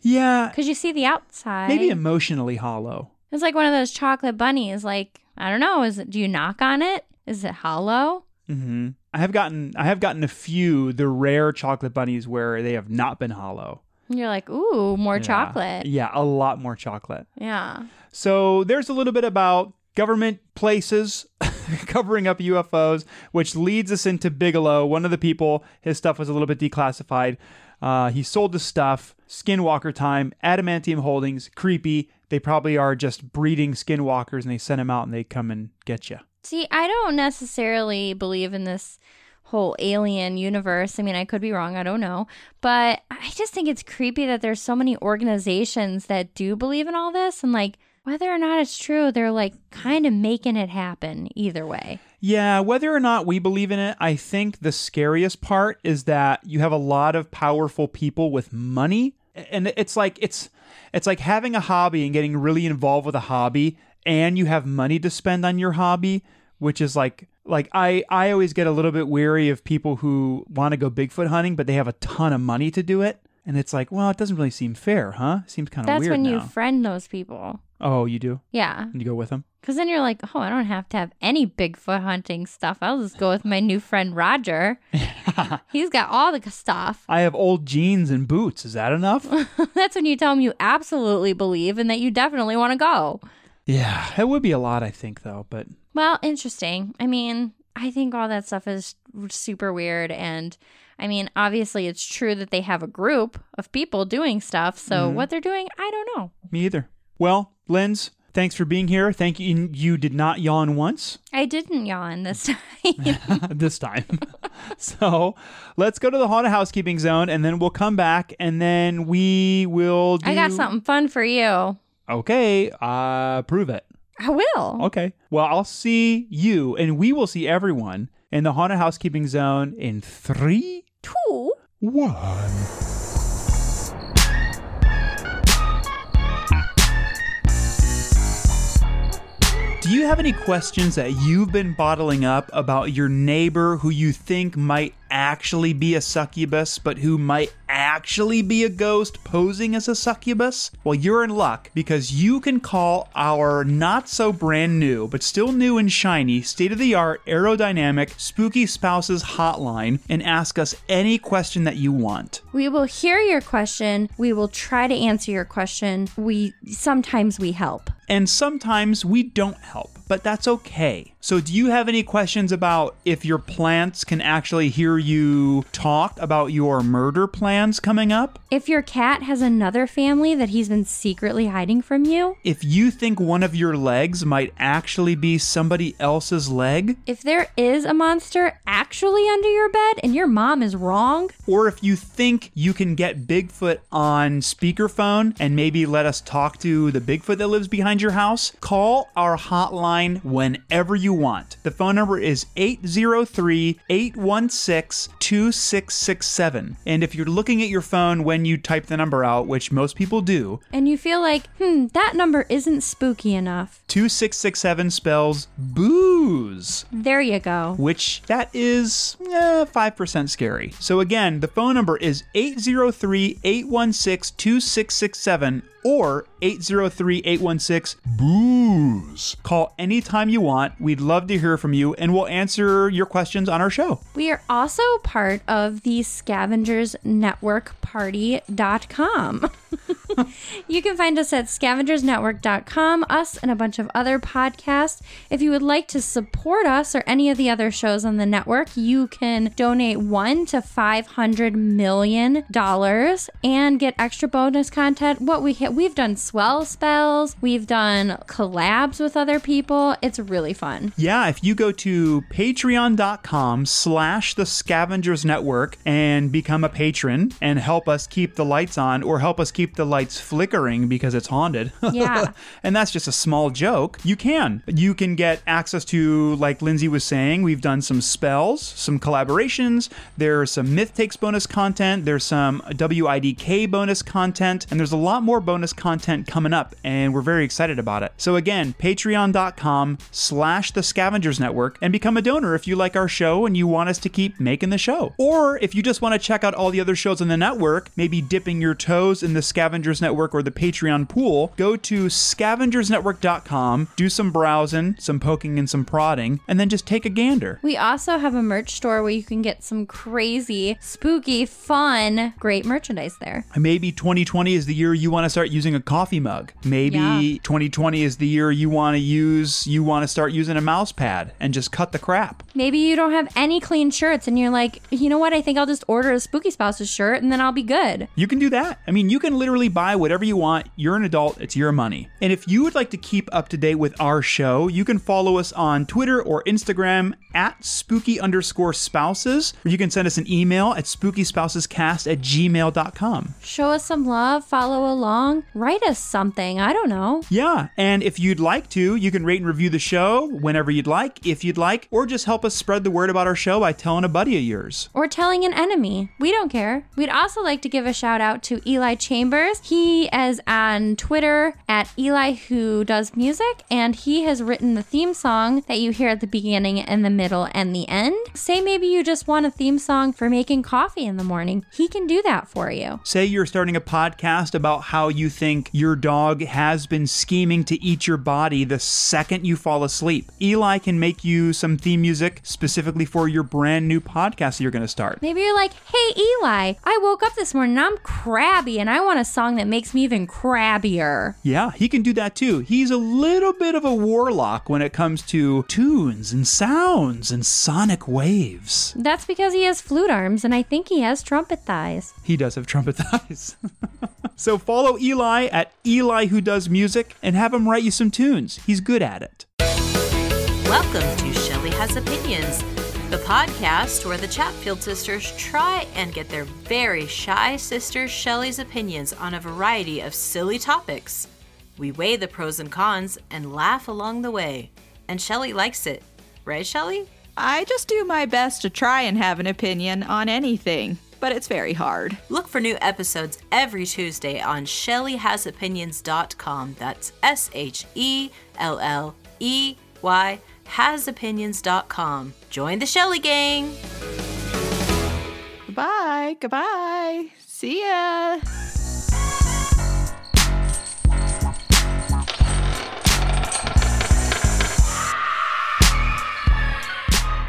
Speaker 1: Yeah.
Speaker 2: Because you see the outside.
Speaker 1: Maybe emotionally hollow.
Speaker 2: It's like one of those chocolate bunnies. Like I don't know. Is it? Do you knock on it? Is it hollow?
Speaker 1: Mm-hmm. I have gotten I have gotten a few the rare chocolate bunnies where they have not been hollow.
Speaker 2: And you're like, ooh, more
Speaker 1: Yeah.
Speaker 2: chocolate.
Speaker 1: Yeah, a lot more chocolate.
Speaker 2: Yeah.
Speaker 1: So there's a little bit about government places covering up UFOs, which leads us into Bigelow. One of the people, his stuff was a little bit declassified. Uh, he sold the stuff. Skinwalker time, Adamantium Holdings, creepy. They probably are just breeding skinwalkers, and they send them out, and they come and get you.
Speaker 2: See, I don't necessarily believe in this whole alien universe. I mean, I could be wrong. I don't know. But I just think it's creepy that there's so many organizations that do believe in all this and like. Whether or not it's true, they're like kind of making it happen either way.
Speaker 1: Yeah, whether or not we believe in it, I think the scariest part is that you have a lot of powerful people with money and it's like it's it's like having a hobby and getting really involved with a hobby and you have money to spend on your hobby, which is like like I I always get a little bit weary of people who want to go Bigfoot hunting but they have a ton of money to do it. And it's like, well, it doesn't really seem fair, huh? Seems kind of
Speaker 2: That's
Speaker 1: weird
Speaker 2: when you
Speaker 1: now.
Speaker 2: friend those people.
Speaker 1: oh, you do?
Speaker 2: Yeah.
Speaker 1: You go with them?
Speaker 2: Because then you're like, oh, I don't have to have any Bigfoot hunting stuff. I'll just go with my new friend Roger. He's got all the stuff.
Speaker 1: I have old jeans and boots. Is that enough?
Speaker 2: That's when you tell him you absolutely believe and that you definitely want to go.
Speaker 1: Yeah, it would be a lot, I think, though. But
Speaker 2: Well, interesting. I mean, I think all that stuff is super weird. And I mean, obviously, it's true that they have a group of people doing stuff. So what they're doing, I don't know.
Speaker 1: Me either. Well, Linz, thanks for being here. Thank you. You did not yawn once
Speaker 2: I didn't yawn this time.
Speaker 1: this time. so let's go to the haunted housekeeping zone and then we'll come back and then we will do.
Speaker 2: I got something fun for you.
Speaker 1: Okay. Uh, prove it.
Speaker 2: I will.
Speaker 1: Okay. Well, I'll see you and we will see everyone in the haunted housekeeping zone in three,
Speaker 2: Two.
Speaker 1: one. Do you have any questions that you've been bottling up about your neighbor who you think might actually be a succubus, but who might actually be a ghost posing as a succubus? Well, you're in luck because you can call our not so brand new, but still new and shiny, state of the art, aerodynamic, spooky spouses hotline and ask us any question that you want.
Speaker 2: We will hear your question. We will try to answer your question. We sometimes we help.
Speaker 1: And sometimes we don't help, but that's okay. So, do you have any questions about if your plants can actually hear you talk about your murder plans coming up?
Speaker 2: If your cat has another family that he's been secretly hiding from you,
Speaker 1: If you think one of your legs might actually be somebody else's leg?
Speaker 2: if there is a monster actually under your bed and your mom is wrong,
Speaker 1: Or if you think you can get Bigfoot on speakerphone and maybe let us talk to the Bigfoot that lives behind your house, call our hotline whenever you want. The phone number is 803 816 2667. And if you're looking at your phone when you type the number out, which most people do,
Speaker 2: and you feel like, hmm, that number isn't spooky enough,
Speaker 1: 2667 spells booze.
Speaker 2: there you go.
Speaker 1: which that is eh, 5% scary. So again, the phone number is 803-816-2667 or 803-816-BOOZE. Call anytime you want. We'd love to hear from you and we'll answer your questions on our show.
Speaker 2: We are also part of the Scavengers Network Party.com. you can find us at scavengersnetwork.com, us and a bunch of other podcasts. If you would like to support us or any of the other shows on the network, you can donate one to five hundred million dollars and get extra bonus content. What we hit, we've done swell spells, we've done collabs with other people. It's really fun.
Speaker 1: Yeah, if you go to patreon.com slash the scavengers network and become a patron and help us keep the lights on or help us keep the lights flickering because it's haunted.
Speaker 2: Yeah.
Speaker 1: and that's just a small joke. You can. You can get access to, like Lindsay was saying, we've done some spells, some collaborations. There's some Myth Takes bonus content. There's some WIDK bonus content. And there's a lot more bonus content coming up, and we're very excited about it. So again, patreon.com slash the scavengers network and become a donor if you like our show and you want us to keep making the show. Or if you just want to check out all the other shows on the network, maybe dipping your toes in the Scavengers Network or the Patreon pool, go to scavengersnetwork.com, do some browsing, some poking, and some prodding, and then just take a gander.
Speaker 2: We also have a merch store where you can get some crazy, spooky, fun, great merchandise there.
Speaker 1: Maybe 2020 is the year you want to start using a coffee mug. Maybe
Speaker 2: Yeah.
Speaker 1: 2020 is the year you want to use you want to start using a mouse pad and just cut the crap.
Speaker 2: Maybe you don't have any clean shirts and you're like, you know what? I think I'll just order a Spooky Spouse's shirt and then I'll be good.
Speaker 1: You can do that. I mean, you can literally buy whatever you want. You're an adult, it's your money. And if you would like to keep up to date with our show, you can follow us on Twitter or Instagram at spooky underscore spouses, or you can send us an email at spookyspousescast at gmail.com.
Speaker 2: Show us some love, follow along, write us something. I don't know.
Speaker 1: Yeah, and if you'd like to, you can rate and review the show whenever you'd like, if you'd like, or just help us spread the word about our show by telling a buddy of yours.
Speaker 2: Or telling an enemy. We don't care. We'd also like to give a shout out to Eli Chambers. He is on Twitter at Eli Who Does Music, and he has written the theme song that you hear at the beginning and the middle and the end. Say maybe you just want a theme song for making coffee in the morning. He can do that for you.
Speaker 1: Say you're starting a podcast about how you you think your dog has been scheming to eat your body the second you fall asleep. Eli can make you some theme music specifically for your brand new podcast that you're going to start.
Speaker 2: Maybe you're like, hey, Eli, I woke up this morning and I'm crabby and I want a song that makes me even crabbier.
Speaker 1: Yeah, he can do that too. He's a little bit of a warlock when it comes to tunes and sounds and sonic waves.
Speaker 2: That's because he has flute arms and I think he has trumpet thighs.
Speaker 1: He does have trumpet thighs. so follow Eli at Eli Who Does Music and have him write you some tunes. He's good at it.
Speaker 4: Welcome to Shelly Has Opinions, the podcast where the Chatfield sisters try and get their very shy sister Shelly's opinions on a variety of silly topics. We weigh the pros and cons and laugh along the way. And Shelly likes it. Right, Shelly?
Speaker 5: I just do my best to try and have an opinion on anything, but it's very hard.
Speaker 4: Look for new episodes every Tuesday on ShellyHasOpinions.com. That's S H E L L E Y HasOpinions.com. Join the Shelly Gang!
Speaker 5: Goodbye. Goodbye. See ya.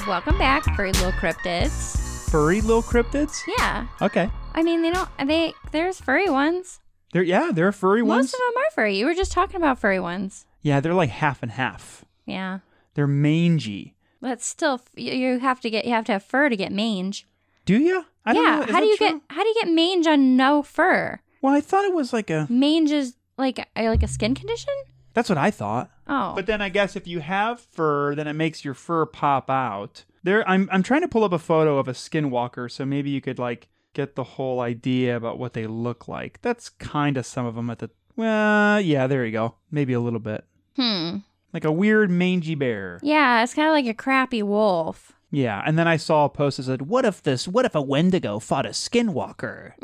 Speaker 2: Welcome back, furry little cryptids.
Speaker 1: Furry little cryptids?
Speaker 2: Yeah.
Speaker 1: Okay.
Speaker 2: I mean, they don't, they, there's furry ones.
Speaker 1: There, yeah, there are furry
Speaker 2: Most
Speaker 1: ones.
Speaker 2: of them are furry. You were just talking about furry ones.
Speaker 1: yeah, they're like half and half.
Speaker 2: Yeah.
Speaker 1: They're mangy.
Speaker 2: That's still, you- you have to get, you have to have fur to get mange.
Speaker 1: Do you? I don't
Speaker 2: yeah.
Speaker 1: know. Is
Speaker 2: How do
Speaker 1: that
Speaker 2: you
Speaker 1: true?
Speaker 2: get, how do you get mange on no fur?
Speaker 1: Well, I thought it was like a.
Speaker 2: Mange is like, a- like a skin condition?
Speaker 1: That's what I thought.
Speaker 2: Oh.
Speaker 1: But then I guess if you have fur, then it makes your fur pop out. There, I'm I'm trying to pull up a photo of a skinwalker, so maybe you could like get the whole idea about what they look like. That's kind of some of them at the. Well, yeah, there you go. Maybe a little bit
Speaker 2: hmm.
Speaker 1: like a weird mangy bear.
Speaker 2: Yeah, it's kind of like a crappy wolf.
Speaker 1: Yeah, and then I saw a post that said, "What if this? What if a Wendigo fought a skinwalker?"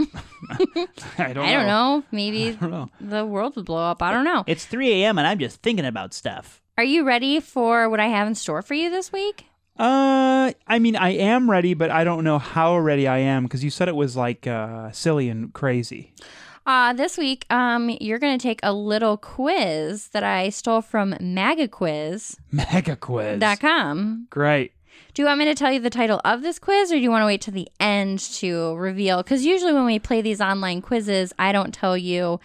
Speaker 1: I don't.
Speaker 2: I don't
Speaker 1: know.
Speaker 2: know. Maybe
Speaker 1: don't know.
Speaker 2: the world would blow up. I don't know.
Speaker 1: It's 3 a.m. and I'm just thinking about stuff.
Speaker 2: Are you ready for what I have in store for you this week?
Speaker 1: Uh, I mean, I am ready, but I don't know how ready I am because you said it was like uh, silly and crazy.
Speaker 2: Uh, this week, um, you're going to take a little quiz that I stole from magaquiz.com.
Speaker 1: Mega quiz. Great.
Speaker 2: Do you want me to tell you the title of this quiz or do you want to wait till the end to reveal? Because usually when we play these online quizzes, I don't tell you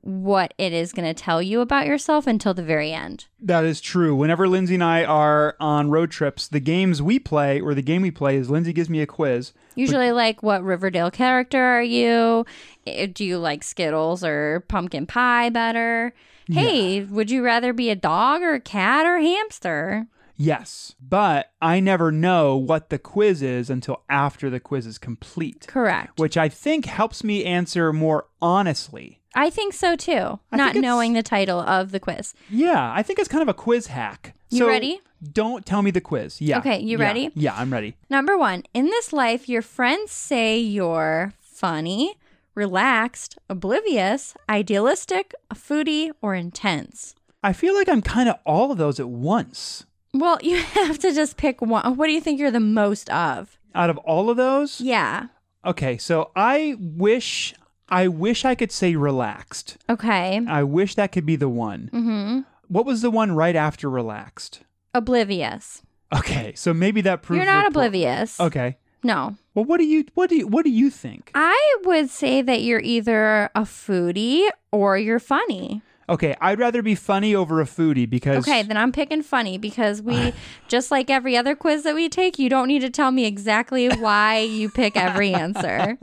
Speaker 2: what it is going to tell you about yourself until the very end.
Speaker 1: That is true. Whenever Lindsay and I are on road trips, the games we play or the game we play is Lindsay gives me a quiz.
Speaker 2: Usually, like, what Riverdale character are you? Eh, Do you like Skittles or pumpkin pie better? Hey, would you rather be a dog or a cat or a hamster?
Speaker 1: Yes, but I never know what the quiz is until after the quiz is complete,
Speaker 2: Correct.
Speaker 1: which I think helps me answer more honestly.
Speaker 2: I think so too,
Speaker 1: I
Speaker 2: not
Speaker 1: think it's-
Speaker 2: knowing the title of the quiz.
Speaker 1: Yeah, I think it's kind of a quiz hack.
Speaker 2: You
Speaker 1: So
Speaker 2: ready?
Speaker 1: Don't tell me the quiz. Yeah.
Speaker 2: Okay, you
Speaker 1: Yeah.
Speaker 2: ready?
Speaker 1: Yeah, I'm ready.
Speaker 2: Number one, in this life, your friends say you're funny, relaxed, oblivious, idealistic, a foodie, or intense.
Speaker 1: I feel like I'm kind of all of those at once.
Speaker 2: Well, you have to just pick one. What do you think you're the most of?
Speaker 1: Out of all of those?
Speaker 2: Yeah.
Speaker 1: Okay, so I wish I wish I could say relaxed.
Speaker 2: Okay.
Speaker 1: I wish that could be the one.
Speaker 2: Mm-hmm.
Speaker 1: What was the one right after relaxed?
Speaker 2: Oblivious.
Speaker 1: Okay, so maybe that proves
Speaker 2: You're not
Speaker 1: your po-
Speaker 2: oblivious.
Speaker 1: Okay.
Speaker 2: No.
Speaker 1: Well, what do you what do you what do you think?
Speaker 2: I would say that you're either a foodie or you're funny.
Speaker 1: Okay, I'd rather be funny over a foodie because
Speaker 2: Okay, then I'm picking funny because we, just like every other quiz that we take, you don't need to tell me exactly why you pick every answer.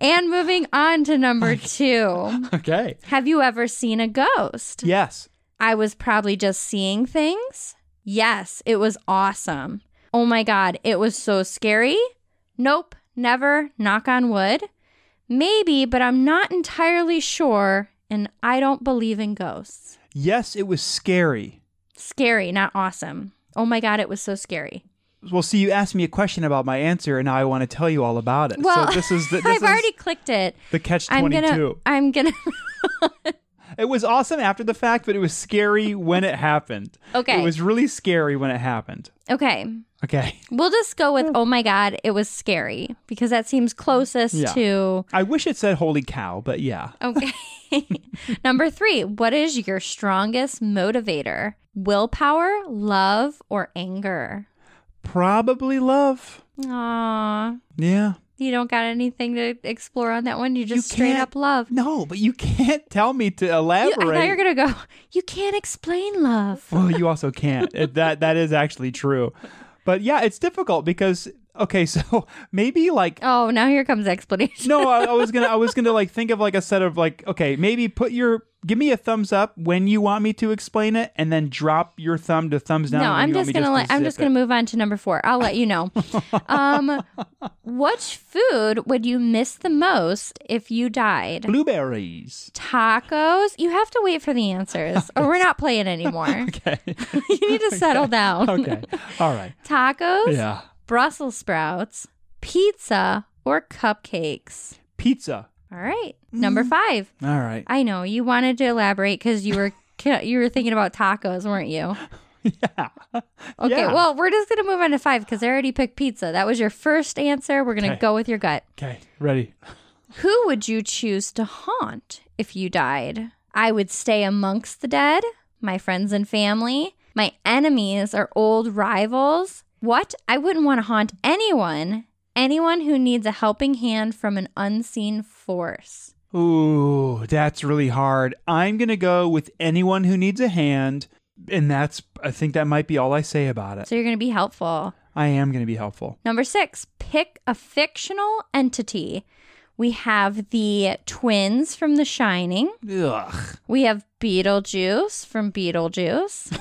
Speaker 2: and moving on to number two
Speaker 1: okay.
Speaker 2: Have you ever seen a ghost?
Speaker 1: Yes.
Speaker 2: I was probably just seeing things. Yes, it was awesome. Oh my God, it was so scary. Nope, never, knock on wood. Maybe, but I'm not entirely sure, and I don't believe in ghosts.
Speaker 1: Yes, it was scary.
Speaker 2: Scary, not awesome. Oh my God, it was so scary.
Speaker 1: Well, see, you asked me a question about my answer, and now I want to tell you all about it.
Speaker 2: Well,
Speaker 1: so this is the, this
Speaker 2: I've
Speaker 1: is
Speaker 2: already clicked it.
Speaker 1: the catch
Speaker 2: I'm
Speaker 1: 22
Speaker 2: gonna, I'm gonna,
Speaker 1: It was awesome after the fact, but it was scary when it happened.
Speaker 2: Okay.
Speaker 1: It was really scary when it happened.
Speaker 2: okay.
Speaker 1: Okay.
Speaker 2: We'll just go with, oh my God, it was scary because that seems closest
Speaker 1: Yeah.
Speaker 2: to,
Speaker 1: I wish it said holy cow, but yeah.
Speaker 2: okay. Number three, what is your strongest motivator? Willpower, love, or anger?
Speaker 1: Probably love.
Speaker 2: Aw,
Speaker 1: Yeah.
Speaker 2: you don't got anything to explore on that one. You just straight
Speaker 1: can't-
Speaker 2: up love.
Speaker 1: No, but you can't tell me to
Speaker 2: You, I
Speaker 1: elaborate.
Speaker 2: thought you were gonna go. You can't explain love.
Speaker 1: well, you also can't. It- that that is actually true. But yeah, it's difficult because okay, so maybe like
Speaker 2: Oh, now here comes explanation.
Speaker 1: no, I, I was gonna I was gonna like think of like a set of like okay, maybe put your give me a thumbs up when you want me to explain it, and then drop your thumb to thumbs down.
Speaker 2: No,
Speaker 1: when
Speaker 2: I'm
Speaker 1: you want
Speaker 2: just
Speaker 1: me
Speaker 2: gonna let,
Speaker 1: to
Speaker 2: I'm
Speaker 1: zip
Speaker 2: just
Speaker 1: it.
Speaker 2: gonna move on to number four. I'll let you know. um, what food would you miss the most if you died?
Speaker 1: blueberries.
Speaker 2: Tacos. You have to wait for the answers, or we're not playing anymore.
Speaker 1: Okay,
Speaker 2: you need to settle down.
Speaker 1: okay, all right,
Speaker 2: Tacos,
Speaker 1: yeah,
Speaker 2: Brussels sprouts, pizza, or cupcakes.
Speaker 1: pizza.
Speaker 2: All right, number
Speaker 1: Mm.
Speaker 2: five.
Speaker 1: All right.
Speaker 2: I know you wanted to elaborate because you were you were thinking about tacos, weren't you?
Speaker 1: Yeah.
Speaker 2: Okay,
Speaker 1: Yeah.
Speaker 2: well, we're just gonna move on to five because I already picked pizza. That was your first answer. We're gonna
Speaker 1: Okay.
Speaker 2: go with your gut.
Speaker 1: Okay. Ready.
Speaker 2: Who would you choose to haunt if you died? I would stay amongst the dead, my friends and family, my enemies or old rivals. What? I wouldn't want to haunt anyone. Anyone who needs a helping hand from an unseen force.
Speaker 1: Ooh, that's really hard. I'm going to go with anyone who needs a hand. And that's, I think that might be all I say about it.
Speaker 2: So you're going to be helpful.
Speaker 1: I am going to be helpful.
Speaker 2: Number six, pick a fictional entity. We have the twins from The Shining.
Speaker 1: Ugh.
Speaker 2: We have Beetlejuice from Beetlejuice.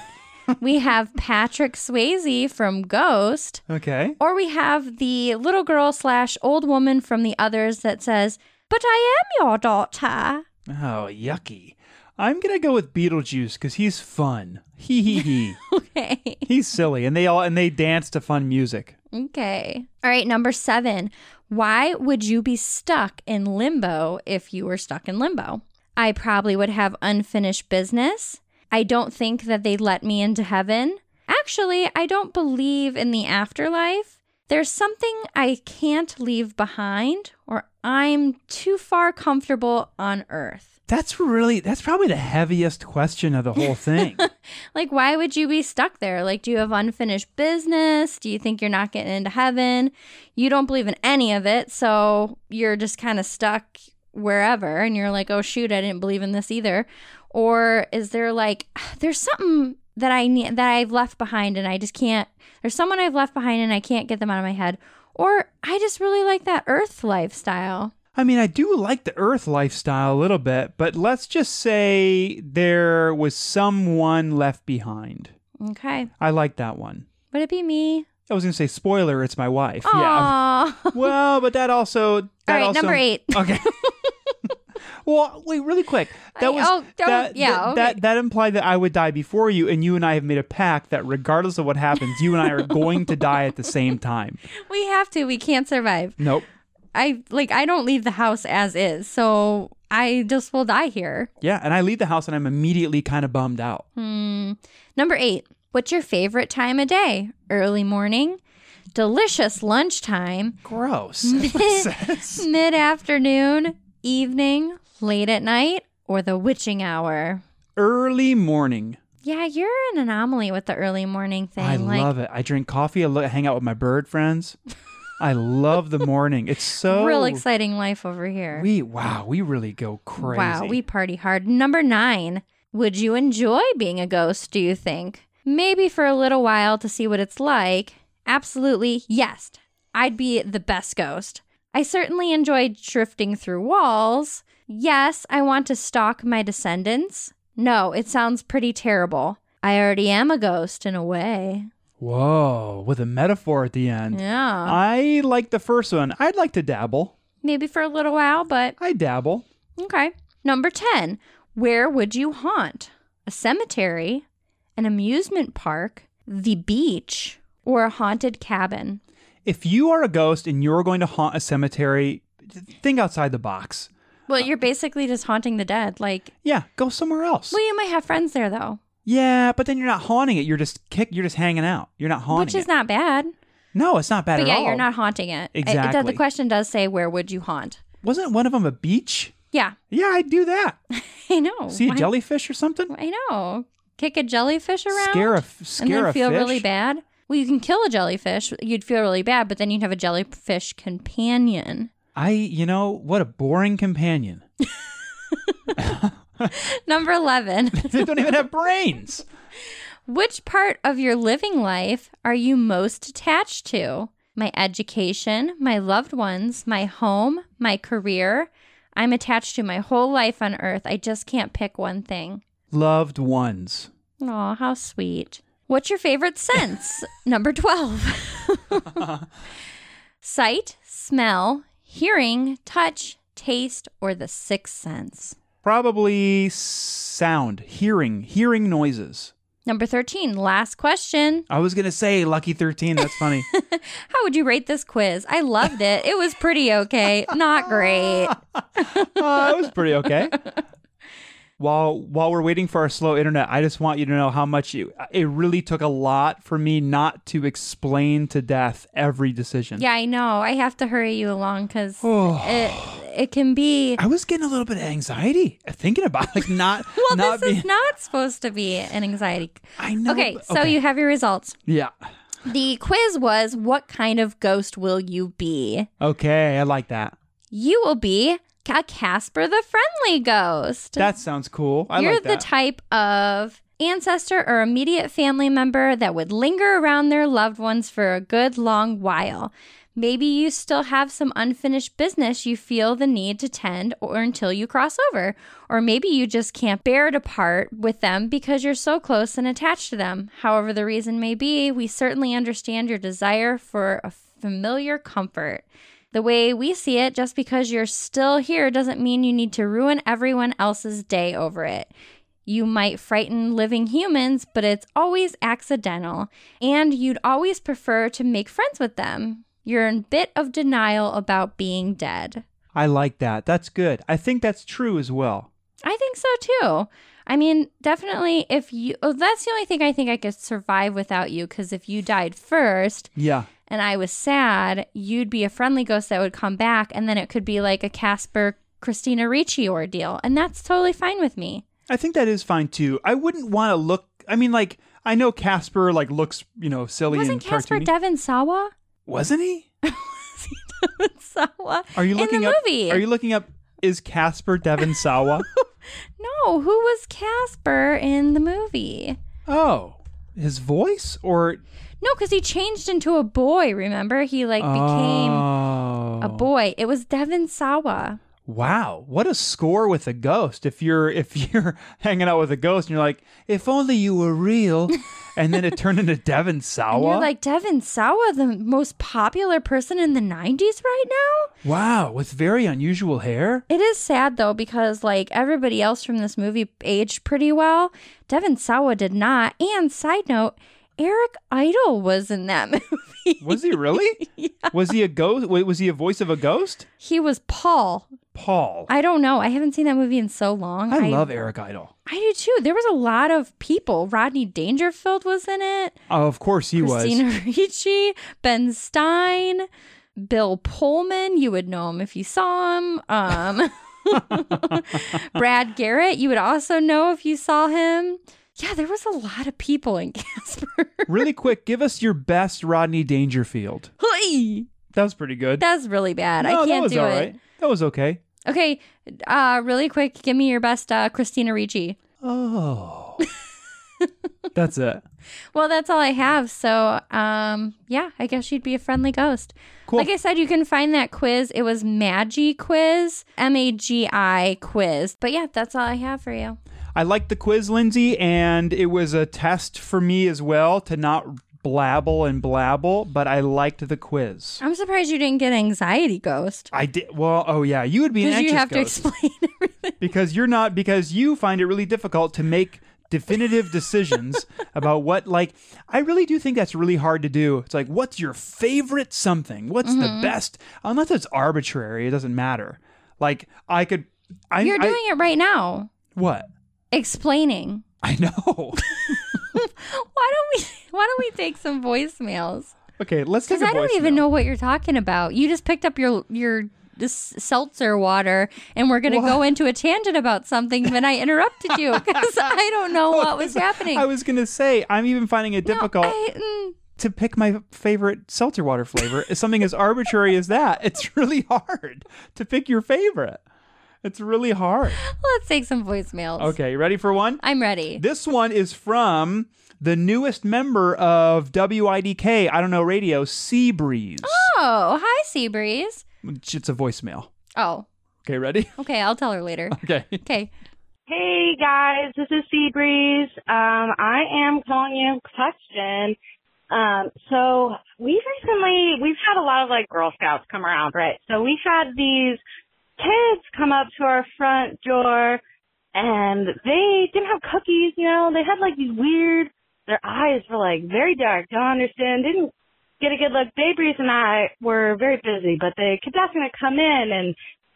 Speaker 2: we have Patrick Swayze from Ghost.
Speaker 1: Okay.
Speaker 2: Or we have the little girl slash old woman from the others that says, But I am your daughter.
Speaker 1: Oh, yucky. I'm going to go with Beetlejuice because he's fun. Hee hee hee.
Speaker 2: Okay.
Speaker 1: he's silly. And they all, and they dance to fun music.
Speaker 2: Okay. All right. Number seven. Why would you be stuck in limbo if you were stuck in limbo? I probably would have unfinished business. I don't think that they let me into heaven. Actually, I don't believe in the afterlife. There's something I can't leave behind, or I'm too far comfortable on earth.
Speaker 1: That's really, that's probably the heaviest question of the whole thing.
Speaker 2: Like, why would you be stuck there? Like, do you have unfinished business? Do you think you're not getting into heaven? You don't believe in any of it. So you're just kind of stuck wherever. And you're like, oh, shoot, I didn't believe in this either. Or is there like, there's something that I need that I've left behind and I just can't, there's someone I've left behind and I can't get them out of my head. Or I just really like that earth lifestyle.
Speaker 1: I mean, I do like the Earth lifestyle a little bit, but let's just say there was someone left behind.
Speaker 2: Okay.
Speaker 1: I like that one.
Speaker 2: Would it be me?
Speaker 1: I was gonna say spoiler. It's my wife. Yeah.
Speaker 2: Aww.
Speaker 1: Well, but that also. That
Speaker 2: um, All right,
Speaker 1: also-
Speaker 2: number eight.
Speaker 1: Okay. well, wait, really quick.
Speaker 2: I-
Speaker 1: That was
Speaker 2: oh, don't-
Speaker 1: that,
Speaker 2: yeah,
Speaker 1: that,
Speaker 2: okay.
Speaker 1: that that implied that I would die before you, and you and I have made a pact that regardless of what happens, you and I are going to die at the same time.
Speaker 2: we have to. We can't survive.
Speaker 1: Nope.
Speaker 2: I like I don't leave the house as is, so I just will die here.
Speaker 1: Yeah, and I leave the house, and I'm immediately kind of bummed out.
Speaker 2: Hmm. Number eight. What's your favorite time of day? Early morning, delicious lunchtime,
Speaker 1: Gross. That's what it says.
Speaker 2: mid afternoon, evening, late at night, or the witching hour.
Speaker 1: Early morning.
Speaker 2: Yeah, you're an anomaly with the early morning thing.
Speaker 1: I
Speaker 2: like
Speaker 1: love it. I drink coffee. I, lo- I hang out with my bird friends. I love the morning. It's so
Speaker 2: real exciting life over here.
Speaker 1: We wow, we really go crazy.
Speaker 2: Wow, we party hard. Number nine. Would you enjoy being a ghost, do you think? Maybe for a little while to see what it's like. Absolutely, yes. I'd be the best ghost. I certainly enjoy drifting through walls. Yes, I want to stalk my descendants. No, it sounds pretty terrible. I already am a ghost in a way.
Speaker 1: Whoa, with a metaphor at the end.
Speaker 2: Yeah.
Speaker 1: I like the first one. I'd like to dabble.
Speaker 2: Maybe for a little while, but
Speaker 1: I dabble.
Speaker 2: Okay. Number 10. Where would you haunt? A cemetery, an amusement park, the beach, or a haunted cabin?
Speaker 1: If you are a ghost and you're going to haunt a cemetery, th- think outside the box.
Speaker 2: Well, you're basically just haunting the dead. Like,
Speaker 1: Yeah, go somewhere else.
Speaker 2: well, you might have friends there, though,
Speaker 1: yeah, but then you're not haunting it. You're just kick. You're just hanging out. You're not haunting
Speaker 2: which is
Speaker 1: it.
Speaker 2: not bad.
Speaker 1: no, it's not bad
Speaker 2: But
Speaker 1: at
Speaker 2: yeah,
Speaker 1: all.
Speaker 2: you're not haunting it. It- it does-
Speaker 1: Exactly.
Speaker 2: the question does say, where would you haunt?
Speaker 1: Wasn't one of them a beach?
Speaker 2: Yeah,
Speaker 1: Yeah, I'd do that.
Speaker 2: I know.
Speaker 1: See a
Speaker 2: Oh, Why-
Speaker 1: jellyfish or something?
Speaker 2: I know. Kick a jellyfish around.
Speaker 1: Scare a f-
Speaker 2: and
Speaker 1: scare
Speaker 2: then
Speaker 1: a
Speaker 2: feel
Speaker 1: fish.
Speaker 2: really bad. Well, you can kill a jellyfish. You'd feel really bad, but then you'd have a jellyfish companion.
Speaker 1: I, you know, what a boring companion.
Speaker 2: Number 11.
Speaker 1: they don't even have brains.
Speaker 2: Which part of your living life are you most attached to? My education, my loved ones, my home, my career. I'm attached to my whole life on earth. I just can't pick one thing.
Speaker 1: Loved ones.
Speaker 2: Oh, how sweet. What's your favorite sense? Number 12. Sight, smell, hearing, touch, taste, or the sixth sense.
Speaker 1: Probably sound, hearing, hearing noises.
Speaker 2: Number 13. Last question.
Speaker 1: I was going to say lucky 13. That's funny.
Speaker 2: How would you rate this quiz? I loved it. It was pretty okay. Not great.
Speaker 1: uh, it was pretty okay. While while we're waiting for our slow internet, I just want you to know how much you, uh, it really took a lot for me not to explain to death every decision.
Speaker 2: Yeah, I know. I have to hurry you along because
Speaker 1: Oh.
Speaker 2: it, it can be.
Speaker 1: I was getting a little bit of anxiety thinking about like not
Speaker 2: Well,
Speaker 1: not
Speaker 2: this
Speaker 1: being.
Speaker 2: is not supposed to be an anxiety.
Speaker 1: I know.
Speaker 2: okay,
Speaker 1: but-
Speaker 2: so you have your results.
Speaker 1: yeah.
Speaker 2: The quiz was What kind of ghost will you be?
Speaker 1: Okay, I like that.
Speaker 2: You will be a Casper the Friendly Ghost.
Speaker 1: That sounds cool. I
Speaker 2: You're
Speaker 1: like
Speaker 2: the
Speaker 1: that.
Speaker 2: type of ancestor or immediate family member that would linger around their loved ones for a good long while. Maybe you still have some unfinished business you feel the need to tend or until you cross over. Or maybe you just can't bear to part with them because you're so close and attached to them. However, the reason may be, we certainly understand your desire for a familiar comfort. The way we see it, just because you're still here doesn't mean you need to ruin everyone else's day over it. You might frighten living humans, but it's always accidental, and you'd always prefer to make friends with them. You're in a bit of denial about being dead.
Speaker 1: I like that. That's good. I think that's true as well.
Speaker 2: I think so too. I mean, definitely if you oh, that's the only thing I think I could survive without you cuz if you died first,
Speaker 1: Yeah.
Speaker 2: and I was sad, you'd be a friendly ghost that would come back, and then it could be like a Casper Christina Ricci ordeal. And that's totally fine with me.
Speaker 1: I think that is fine too. I wouldn't want to look. I mean, like I know Casper like looks you know silly
Speaker 2: Wasn't
Speaker 1: and
Speaker 2: Casper
Speaker 1: cartoony.
Speaker 2: Devon Sawa?
Speaker 1: Wasn't he?
Speaker 2: Devon Sawa.
Speaker 1: Are you looking
Speaker 2: in the
Speaker 1: up?
Speaker 2: movie?
Speaker 1: Are you looking up? Is Casper Devon Sawa?
Speaker 2: no, who was Casper in the movie?
Speaker 1: oh, his voice or
Speaker 2: No, because he changed into a boy. Remember, he like became
Speaker 1: oh.
Speaker 2: a boy. It was Devon Sawa.
Speaker 1: Wow, what a score with a ghost. If you're if you're hanging out with a ghost and you're like, if only you were real, and then it turned into Devon Sawa.
Speaker 2: And you're like Devon Sawa, the most popular person in the '90s right now.
Speaker 1: wow, with very unusual hair.
Speaker 2: It is sad though because like everybody else from this movie aged pretty well. Devon Sawa did not. And side note, Eric Idle was in that movie.
Speaker 1: Was he really? Was he a ghost? Wait, was he a voice of a ghost?
Speaker 2: He was Paul.
Speaker 1: Paul.
Speaker 2: I don't know. I haven't seen that movie in so long.
Speaker 1: I love Eric Idle.
Speaker 2: I do too. There was a lot of people. Rodney Dangerfield was in it.
Speaker 1: Oh, of course he was.
Speaker 2: Christina Ricci, Ben Stein, Bill Pullman. You would know him if you saw him. Um, Brad Garrett. You would also know if you saw him. Yeah, there was a lot of people in Casper.
Speaker 1: really quick, give us your best Rodney Dangerfield.
Speaker 2: Hey,
Speaker 1: That was pretty good.
Speaker 2: That's really bad.
Speaker 1: no,
Speaker 2: I
Speaker 1: that
Speaker 2: can't
Speaker 1: was
Speaker 2: do
Speaker 1: all
Speaker 2: it.
Speaker 1: right. That was okay.
Speaker 2: Okay, uh, really quick, give me your best uh, Christina Ricci.
Speaker 1: Oh. That's it.
Speaker 2: Well, that's all I have. So, um, yeah, I guess you'd be a friendly ghost.
Speaker 1: Cool.
Speaker 2: Like I said, you can find that quiz. It was Magi Quiz, M A G I Quiz. But yeah, that's all I have for you.
Speaker 1: I liked the quiz, Lindsay, and it was a test for me as well to not blabble and blabble, but I liked the quiz.
Speaker 2: I'm surprised you didn't get anxiety ghost
Speaker 1: I did well. Oh yeah, you would be an
Speaker 2: because
Speaker 1: anxious
Speaker 2: you have to
Speaker 1: ghost
Speaker 2: explain everything.
Speaker 1: because you're not because you find it really difficult to make definitive decisions about what like I really do think that's really hard to do. It's like what's your favorite something? What's the
Speaker 2: Mm-hmm.
Speaker 1: best? Unless it's arbitrary, it doesn't matter. Like I could I
Speaker 2: You're
Speaker 1: I-
Speaker 2: doing it right now,
Speaker 1: what?
Speaker 2: explaining.
Speaker 1: I know.
Speaker 2: Why don't we? Why don't we take some voicemails?
Speaker 1: okay, let's take
Speaker 2: Because
Speaker 1: a
Speaker 2: I don't even
Speaker 1: voicemail.
Speaker 2: know what you're talking about. You just picked up your your this seltzer water, and we're going to go into a tangent about something. Then I interrupted you because I don't know what was happening.
Speaker 1: I was gonna say I'm even finding it
Speaker 2: No,
Speaker 1: difficult
Speaker 2: I- mm,
Speaker 1: to pick my favorite seltzer water flavor. It's something as arbitrary as that. It's really hard to pick your favorite. It's really hard.
Speaker 2: let's take some voicemails.
Speaker 1: Okay, you ready for one?
Speaker 2: I'm ready.
Speaker 1: This one is from the newest member of WIDK, I don't know, radio, Seabreeze.
Speaker 2: Oh, hi, Seabreeze.
Speaker 1: It's a voicemail.
Speaker 2: Oh,
Speaker 1: Okay, ready?
Speaker 2: okay. I'll tell her later.
Speaker 1: Okay.
Speaker 2: Okay.
Speaker 6: Hey guys, this is Seabreeze. Um, I am calling you a question. Um, so we recently, we've had a lot of like Girl Scouts come around, right? So we had these kids come up to our front door and they didn't have cookies, you know, they had like these weird, their eyes were like very dark, don't understand, didn't get a good look. Babies and I were very busy, but the kids asked me to come in and,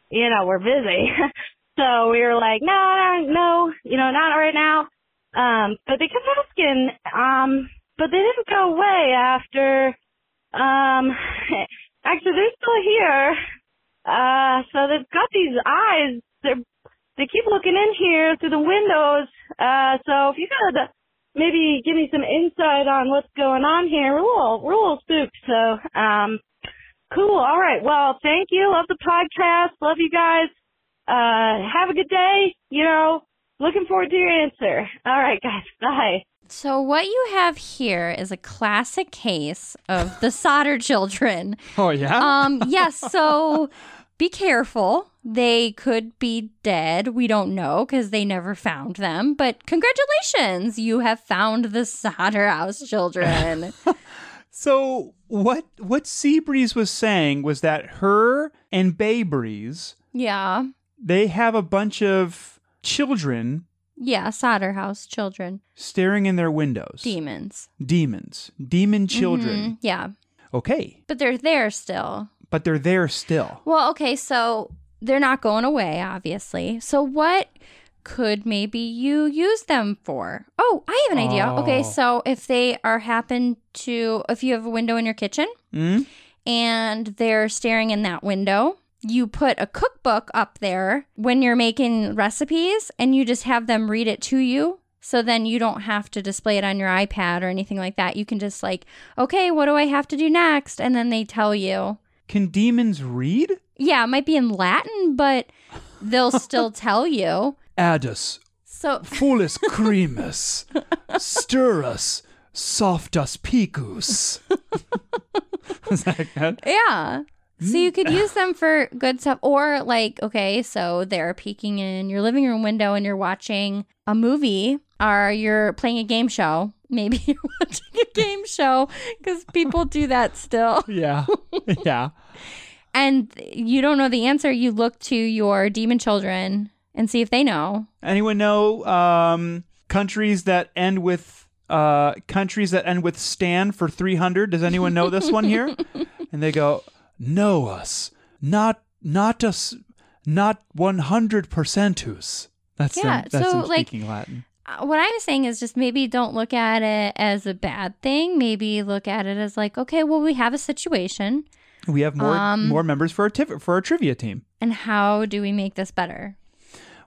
Speaker 6: you know, we're busy. so we were like, no, no, no, you know, not right now. Um, but they kept asking, um, but they didn't go away after, um, actually they're still here. Uh, so they've got these eyes. They're, they keep looking in here through the windows. Uh, so if you could maybe give me some insight on what's going on here, we're a little, we're a little spooked. So, um, cool. All right. Well, thank you. Love the podcast. Love you guys uh, have a good day. You know, looking forward to your answer. All right, guys. Bye.
Speaker 2: So what you have here is a classic case of the solder children.
Speaker 1: Oh, yeah?
Speaker 2: Um, yes, so be careful. They could be dead. We don't know because they never found them. But congratulations, you have found the solder house children.
Speaker 1: so, what what Seabreeze was saying was that her and Baybreeze,
Speaker 2: yeah.
Speaker 1: they have a bunch of children
Speaker 2: Yeah, solder house children.
Speaker 1: staring in their windows.
Speaker 2: Demons.
Speaker 1: Demons. Demon children.
Speaker 2: Mhm, Yeah.
Speaker 1: Okay.
Speaker 2: But they're there still.
Speaker 1: But they're there still.
Speaker 2: Well, okay, so they're not going away, obviously. So what could maybe you use them for? Oh, I have an idea.
Speaker 1: Oh.
Speaker 2: Okay, so if they are happen to if you have a window in your kitchen
Speaker 1: Mm?
Speaker 2: and they're staring in that window, you put a cookbook up there when you're making recipes and you just have them read it to you. So then you don't have to display it on your iPad or anything like that. You can just like, okay, what do I have to do next? And then they tell you.
Speaker 1: Can demons read?
Speaker 2: Yeah, it might be in Latin, but they'll still tell you.
Speaker 1: Addus,
Speaker 2: So
Speaker 1: fullus cremus, stirrus, softus picus. Is that good?
Speaker 2: yeah. So you could use them for good stuff or like okay, so they're peeking in your living room window and you're watching a movie or you're playing a game show. Maybe you're watching a game show cuz people do that still.
Speaker 1: Yeah. Yeah.
Speaker 2: And you don't know the answer, you look to your demon children and see if they know.
Speaker 1: Anyone know um, countries that end with uh, countries that end with stan for 300? Does anyone know this one here? and they go, "Know us, not not us, not 100 percentus." That's them-
Speaker 2: Yeah,
Speaker 1: that's
Speaker 2: so,
Speaker 1: them
Speaker 2: like-
Speaker 1: speaking Latin.
Speaker 2: Uh, what I'm saying is just maybe don't look at it as a bad thing. Maybe look at it as like, okay, well, we have a situation,
Speaker 1: We have more
Speaker 2: Um,
Speaker 1: more members for our tiv- for our trivia team.
Speaker 2: and how do we make this better?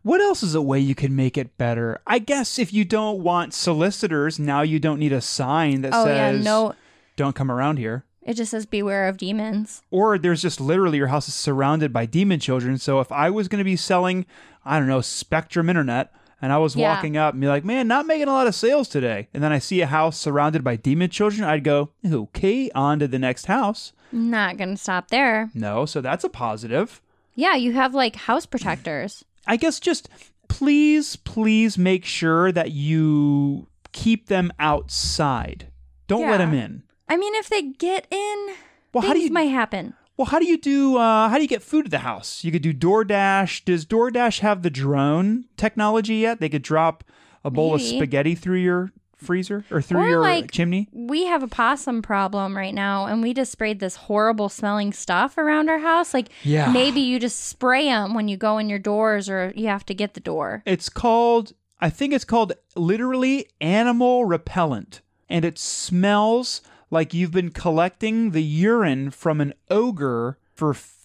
Speaker 1: What else is a way you can make it better? I guess if you don't want solicitors, now you don't need a sign that
Speaker 2: oh
Speaker 1: says
Speaker 2: yeah, no,
Speaker 1: don't come around here.
Speaker 2: it just says beware of demons.
Speaker 1: Or there's just literally your house is surrounded by demon children. So if I was going to be selling, I don't know, Spectrum Internet, and I was
Speaker 2: Yeah.
Speaker 1: walking up and be like, man, not making a lot of sales today. And then I see a house surrounded by demon children, I'd go, okay, on to the next house.
Speaker 2: Not gonna stop there.
Speaker 1: No, so that's a positive.
Speaker 2: Yeah, you have like house protectors.
Speaker 1: I guess just please, please make sure that you keep them outside. Don't let
Speaker 2: Yeah.
Speaker 1: them in.
Speaker 2: I mean, if they get in,
Speaker 1: Well,
Speaker 2: things
Speaker 1: how do you?
Speaker 2: might happen.
Speaker 1: well, how do you do? Uh, how do you get food to the house? You could do DoorDash. Does DoorDash have the drone technology yet? They could drop a bowl
Speaker 2: Maybe.
Speaker 1: of spaghetti through your freezer or through
Speaker 2: Or,
Speaker 1: your
Speaker 2: like-
Speaker 1: chimney.
Speaker 2: We have a possum problem right now, and we just sprayed this horrible smelling stuff around our house. Like,
Speaker 1: Yeah.
Speaker 2: maybe you just spray them when you go in your doors, or you have to get the door.
Speaker 1: It's called. I think it's called literally animal repellent, and it smells like you've been collecting the urine from an ogre for f-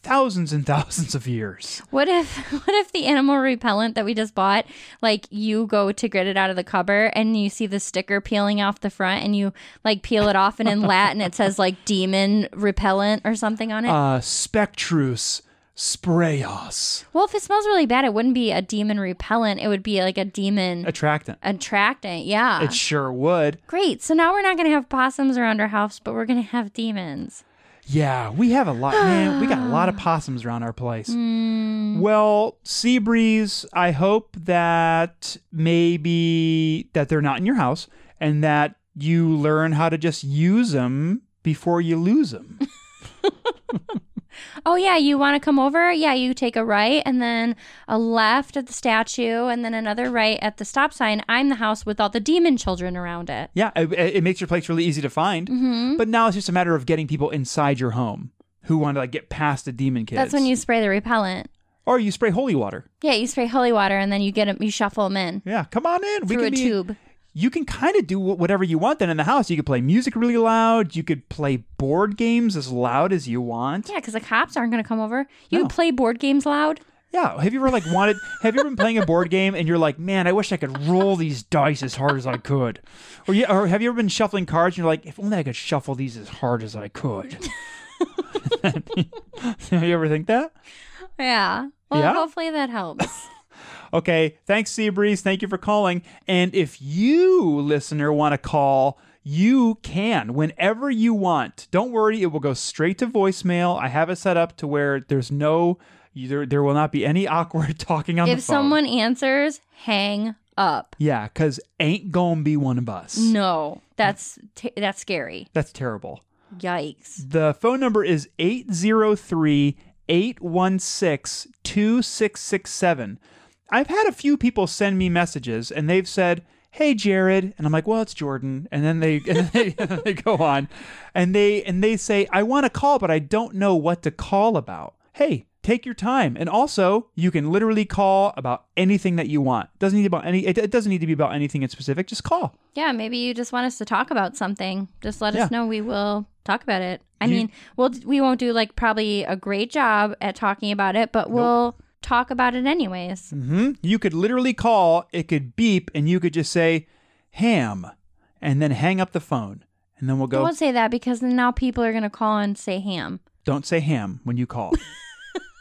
Speaker 1: thousands and thousands of years.
Speaker 2: What if what if the animal repellent that we just bought, like you go to get it out of the cupboard and you see the sticker peeling off the front and you like peel it off and in Latin it says like demon repellent or something on it?
Speaker 1: Uh, Spectrus sprayos
Speaker 2: well, if it smells really bad, it wouldn't be a demon repellent. It would be like a demon
Speaker 1: attractant.
Speaker 2: attractant. Yeah.
Speaker 1: It sure would.
Speaker 2: Great. So now we're not going to have possums around our house, but we're going to have demons.
Speaker 1: Yeah, we have a lot. man, we got a lot of possums around our place.
Speaker 2: Hmm.
Speaker 1: Well, sea breeze. I hope that maybe that they're not in your house and that you learn how to just use them before you lose them.
Speaker 2: Oh, yeah. You want to come over? Yeah. You take a right and then a left at the statue and then another right at the stop sign. I'm the house with all the demon children around it.
Speaker 1: yeah, it, it makes your place really easy to find.
Speaker 2: Mm-hmm.
Speaker 1: But now it's just a matter of getting people inside your home who want to like get past the demon kids.
Speaker 2: That's when you spray the repellent.
Speaker 1: or you spray holy water.
Speaker 2: Yeah. You spray holy water and then you get them, you shuffle them in
Speaker 1: Yeah, come on in. we
Speaker 2: through
Speaker 1: can
Speaker 2: a
Speaker 1: be-
Speaker 2: tube.
Speaker 1: you can kind of do wh- whatever you want then in the house. You could play music really loud. You could play board games as loud as you want.
Speaker 2: Yeah, because the cops aren't going to come over. You
Speaker 1: No.
Speaker 2: play board games loud.
Speaker 1: Yeah. Have you ever like wanted, have you ever been playing a board game and you're like, man, I wish I could roll these dice as hard as I could? Or, you, or have you ever been shuffling cards and you're like, if only I could shuffle these as hard as I could? you ever think that?
Speaker 2: Yeah. Well,
Speaker 1: Yeah?
Speaker 2: hopefully that helps.
Speaker 1: Okay. Thanks, Seabreeze. Thank you for calling. And if you, listener, want to call, you can whenever you want. Don't worry, it will go straight to voicemail. I have it set up to where there's no, there, there will not be any awkward talking on the
Speaker 2: if
Speaker 1: phone.
Speaker 2: someone answers, hang up.
Speaker 1: Yeah, because ain't gonna be one of us.
Speaker 2: No, that's t- that's scary.
Speaker 1: That's terrible.
Speaker 2: Yikes.
Speaker 1: The phone number is 803 816 2667. I've had a few people send me messages and they've said, Hey Jared, and I'm like, well, it's Jordan, and then they and they, they go on, and they and they say, I want to call, but I don't know what to call about. Hey, take your time, and also you can literally call about anything that you want. Doesn't need to be about any. It, it doesn't need to be about anything in specific. Just call.
Speaker 2: Yeah, maybe you just want us to talk about something. Just let
Speaker 1: Yeah.
Speaker 2: us know. We will talk about it. I
Speaker 1: You-
Speaker 2: mean, we'll we won't do like probably a great job at talking about it, but we'll talk about it anyways.
Speaker 1: hmm You could literally call, it could beep, and you could just say ham and then hang up the phone. And then we'll
Speaker 2: I
Speaker 1: go,
Speaker 2: won't say that because then now people are gonna call and say ham.
Speaker 1: don't say ham when you call.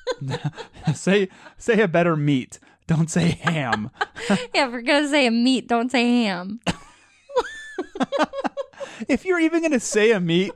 Speaker 1: say say a better meat. Don't say ham.
Speaker 2: yeah, if we're gonna say a meat, don't say ham.
Speaker 1: if you're even going to say a meat,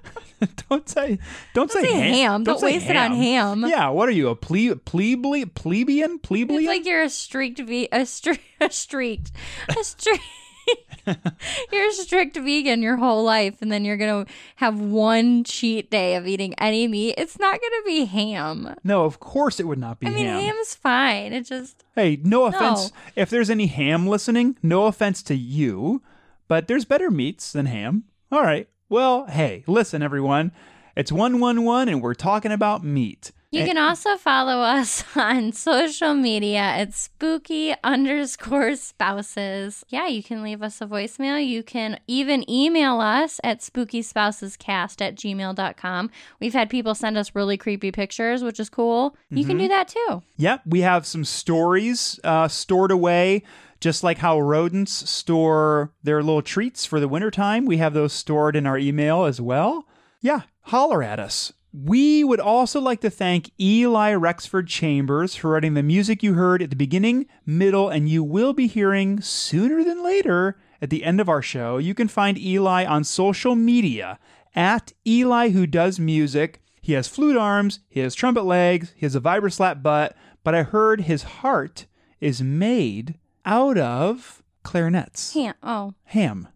Speaker 1: don't say don't,
Speaker 2: Don't say ham. Don't
Speaker 1: say
Speaker 2: waste it on ham.
Speaker 1: Yeah, what are you a ple- plebe- plebeian plebeian?
Speaker 2: It's like you're a streaked ve- a, stre- a streaked a streak. you're a strict vegan your whole life, and then you're gonna have one cheat day of eating any meat. It's not gonna be ham.
Speaker 1: no, of course it would not be
Speaker 2: I mean, ham's fine. It just
Speaker 1: Hey, no offense. If there's any ham listening, no offense to you, but there's better meats than ham. All right. Well, hey, listen, everyone. It's 111 and we're talking about meat.
Speaker 2: you can also follow us on social media at spooky underscore spouses. Yeah, you can leave us a voicemail. You can even email us at spookyspousescast at gmail.com. We've had people send us really creepy pictures, which is cool. You can do that too.
Speaker 1: Yep, we have some stories uh, stored away, just like how rodents store their little treats for the wintertime. We have those stored in our email as well. Yeah, holler at us. We would also like to thank Eli Rexford Chambers for writing the music you heard at the beginning, middle, and you will be hearing sooner than later at the end of our show. You can find Eli on social media at Eli Who Does Music. He has flute arms, he has trumpet legs, he has a vibra slap butt, but I heard his heart is made out of clarinets.
Speaker 2: Can't. Oh.
Speaker 1: Ham.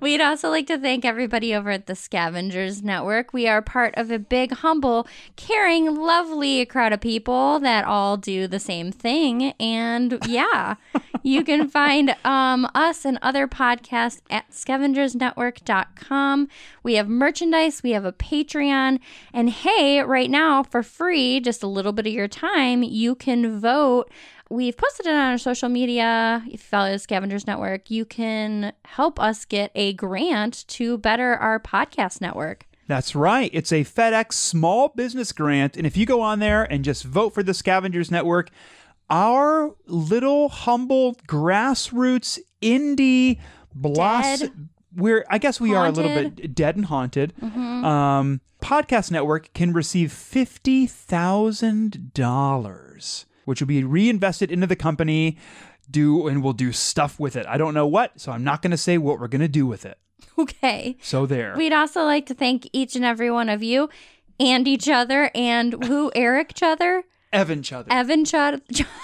Speaker 2: We'd also like to thank everybody over at the Scavengers Network. We are part of a big, humble, caring, lovely crowd of people that all do the same thing. And yeah, you can find um, us and other podcasts at scavengersnetwork.com. We have merchandise, we have a Patreon. And hey, right now, for free, just a little bit of your time, you can vote. We've posted it on our social media. If you follow the Scavengers Network, you can help us get a grant to better our podcast network.
Speaker 1: That's right. It's a FedEx small business grant. And if you go on there and just vote for the Scavengers Network, our little humble grassroots indie bloss
Speaker 2: Dead.
Speaker 1: we're I guess we are a little
Speaker 2: Haunted. Mm-hmm.
Speaker 1: bit dead and haunted. Um, podcast network can receive fifty thousand dollars, which will be reinvested into the company. Do and we'll do stuff with it. I don't know what, so I'm not going to say what we're going to do with it.
Speaker 2: Okay.
Speaker 1: So there.
Speaker 2: We'd also like to thank each and every one of you and each other and who Eric each other,
Speaker 1: Evan Chother.
Speaker 2: Evan each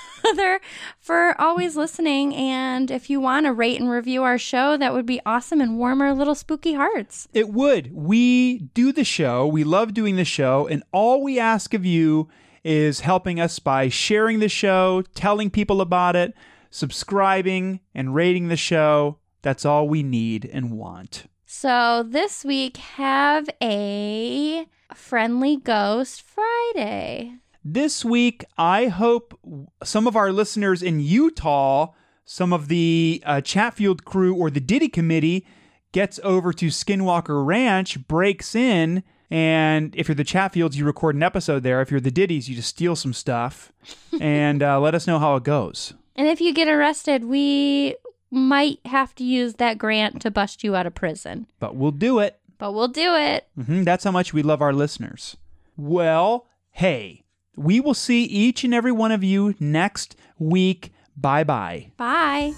Speaker 2: other for always listening. And if you want to rate and review our show, that would be awesome and warm our little spooky hearts.
Speaker 1: It would. We do the show. We love doing the show. And all we ask of you is helping us by sharing the show, telling people about it, subscribing, and rating the show. That's all we need and want.
Speaker 2: So this week, have a friendly ghost Friday.
Speaker 1: This week, I hope some of our listeners in Utah, some of the uh, Chatfield crew or the Diddy Committee, gets over to Skinwalker Ranch, breaks in, and if you're the Chatfields, you record an episode there. If you're the Diddies, you just steal some stuff and uh, let us know how it goes.
Speaker 2: And if you get arrested, we might have to use that grant to bust you out of prison.
Speaker 1: But we'll do it.
Speaker 2: But we'll do it.
Speaker 1: hmm That's how much we love our listeners. Well, hey, we will see each and every one of you next week. Bye bye.
Speaker 2: Bye.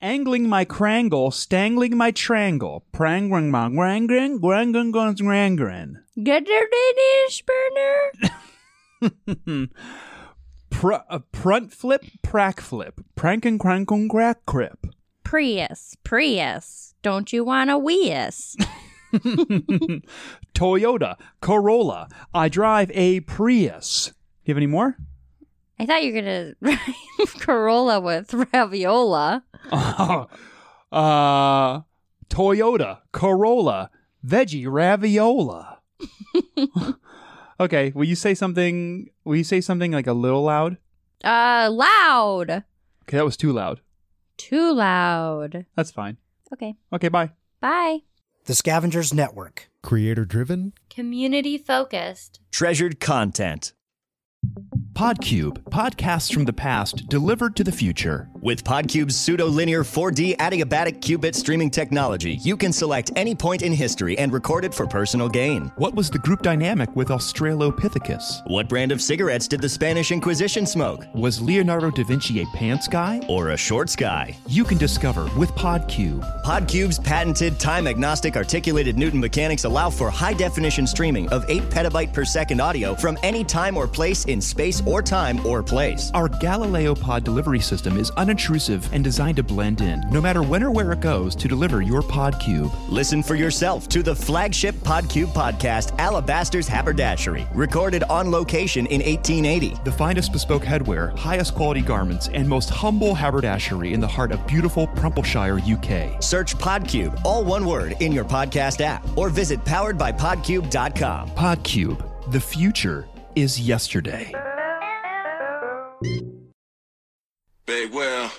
Speaker 1: Angling my crangle, stangling my trangle, prangling my grangrin, grangrin, grangrin,
Speaker 2: Get your Danish burner.
Speaker 1: grangrin. Pr- uh, prunt flip, prack flip, prankin' crankun crack crip.
Speaker 2: Prius, Prius. Don't you want a Weus?
Speaker 1: Toyota, Corolla, I drive a Prius. Do you have any more?
Speaker 2: I thought you were gonna rhyme Corolla with Raviola.
Speaker 1: uh, Toyota, Corolla, veggie raviola. okay, will you say something? Will you say something like a little loud?
Speaker 2: Uh, loud.
Speaker 1: Okay, that was too loud.
Speaker 2: Too loud.
Speaker 1: That's fine.
Speaker 2: Okay.
Speaker 1: Okay, bye.
Speaker 2: Bye.
Speaker 7: The Scavengers Network.
Speaker 8: Creator driven?
Speaker 2: Community focused.
Speaker 9: Treasured content.
Speaker 10: Podcube, podcasts from the past delivered to the future.
Speaker 9: With Podcube's pseudo-linear 4D adiabatic qubit streaming technology, you can select any point in history and record it for personal gain.
Speaker 10: What was the group dynamic with Australopithecus?
Speaker 9: What brand of cigarettes did the Spanish Inquisition smoke?
Speaker 10: Was Leonardo da Vinci a pants guy?
Speaker 9: Or a short sky?
Speaker 10: You can discover with Podcube.
Speaker 9: Podcube's patented time-agnostic articulated Newton mechanics allow for high-definition streaming of 8 petabyte per second audio from any time or place in space or time or place.
Speaker 10: Our Galileo pod delivery system is unintrusive and designed to blend in, no matter when or where it goes, to deliver your Podcube.
Speaker 9: Listen for yourself to the flagship Podcube podcast, Alabaster's Haberdashery, recorded on location in 1880.
Speaker 10: The finest bespoke headwear, highest quality garments, and most humble haberdashery in the heart of beautiful Prumpleshire, UK.
Speaker 9: Search Podcube, all one word, in your podcast app, or visit poweredbypodcube.com.
Speaker 10: Podcube, the future is yesterday.
Speaker 11: Big Will.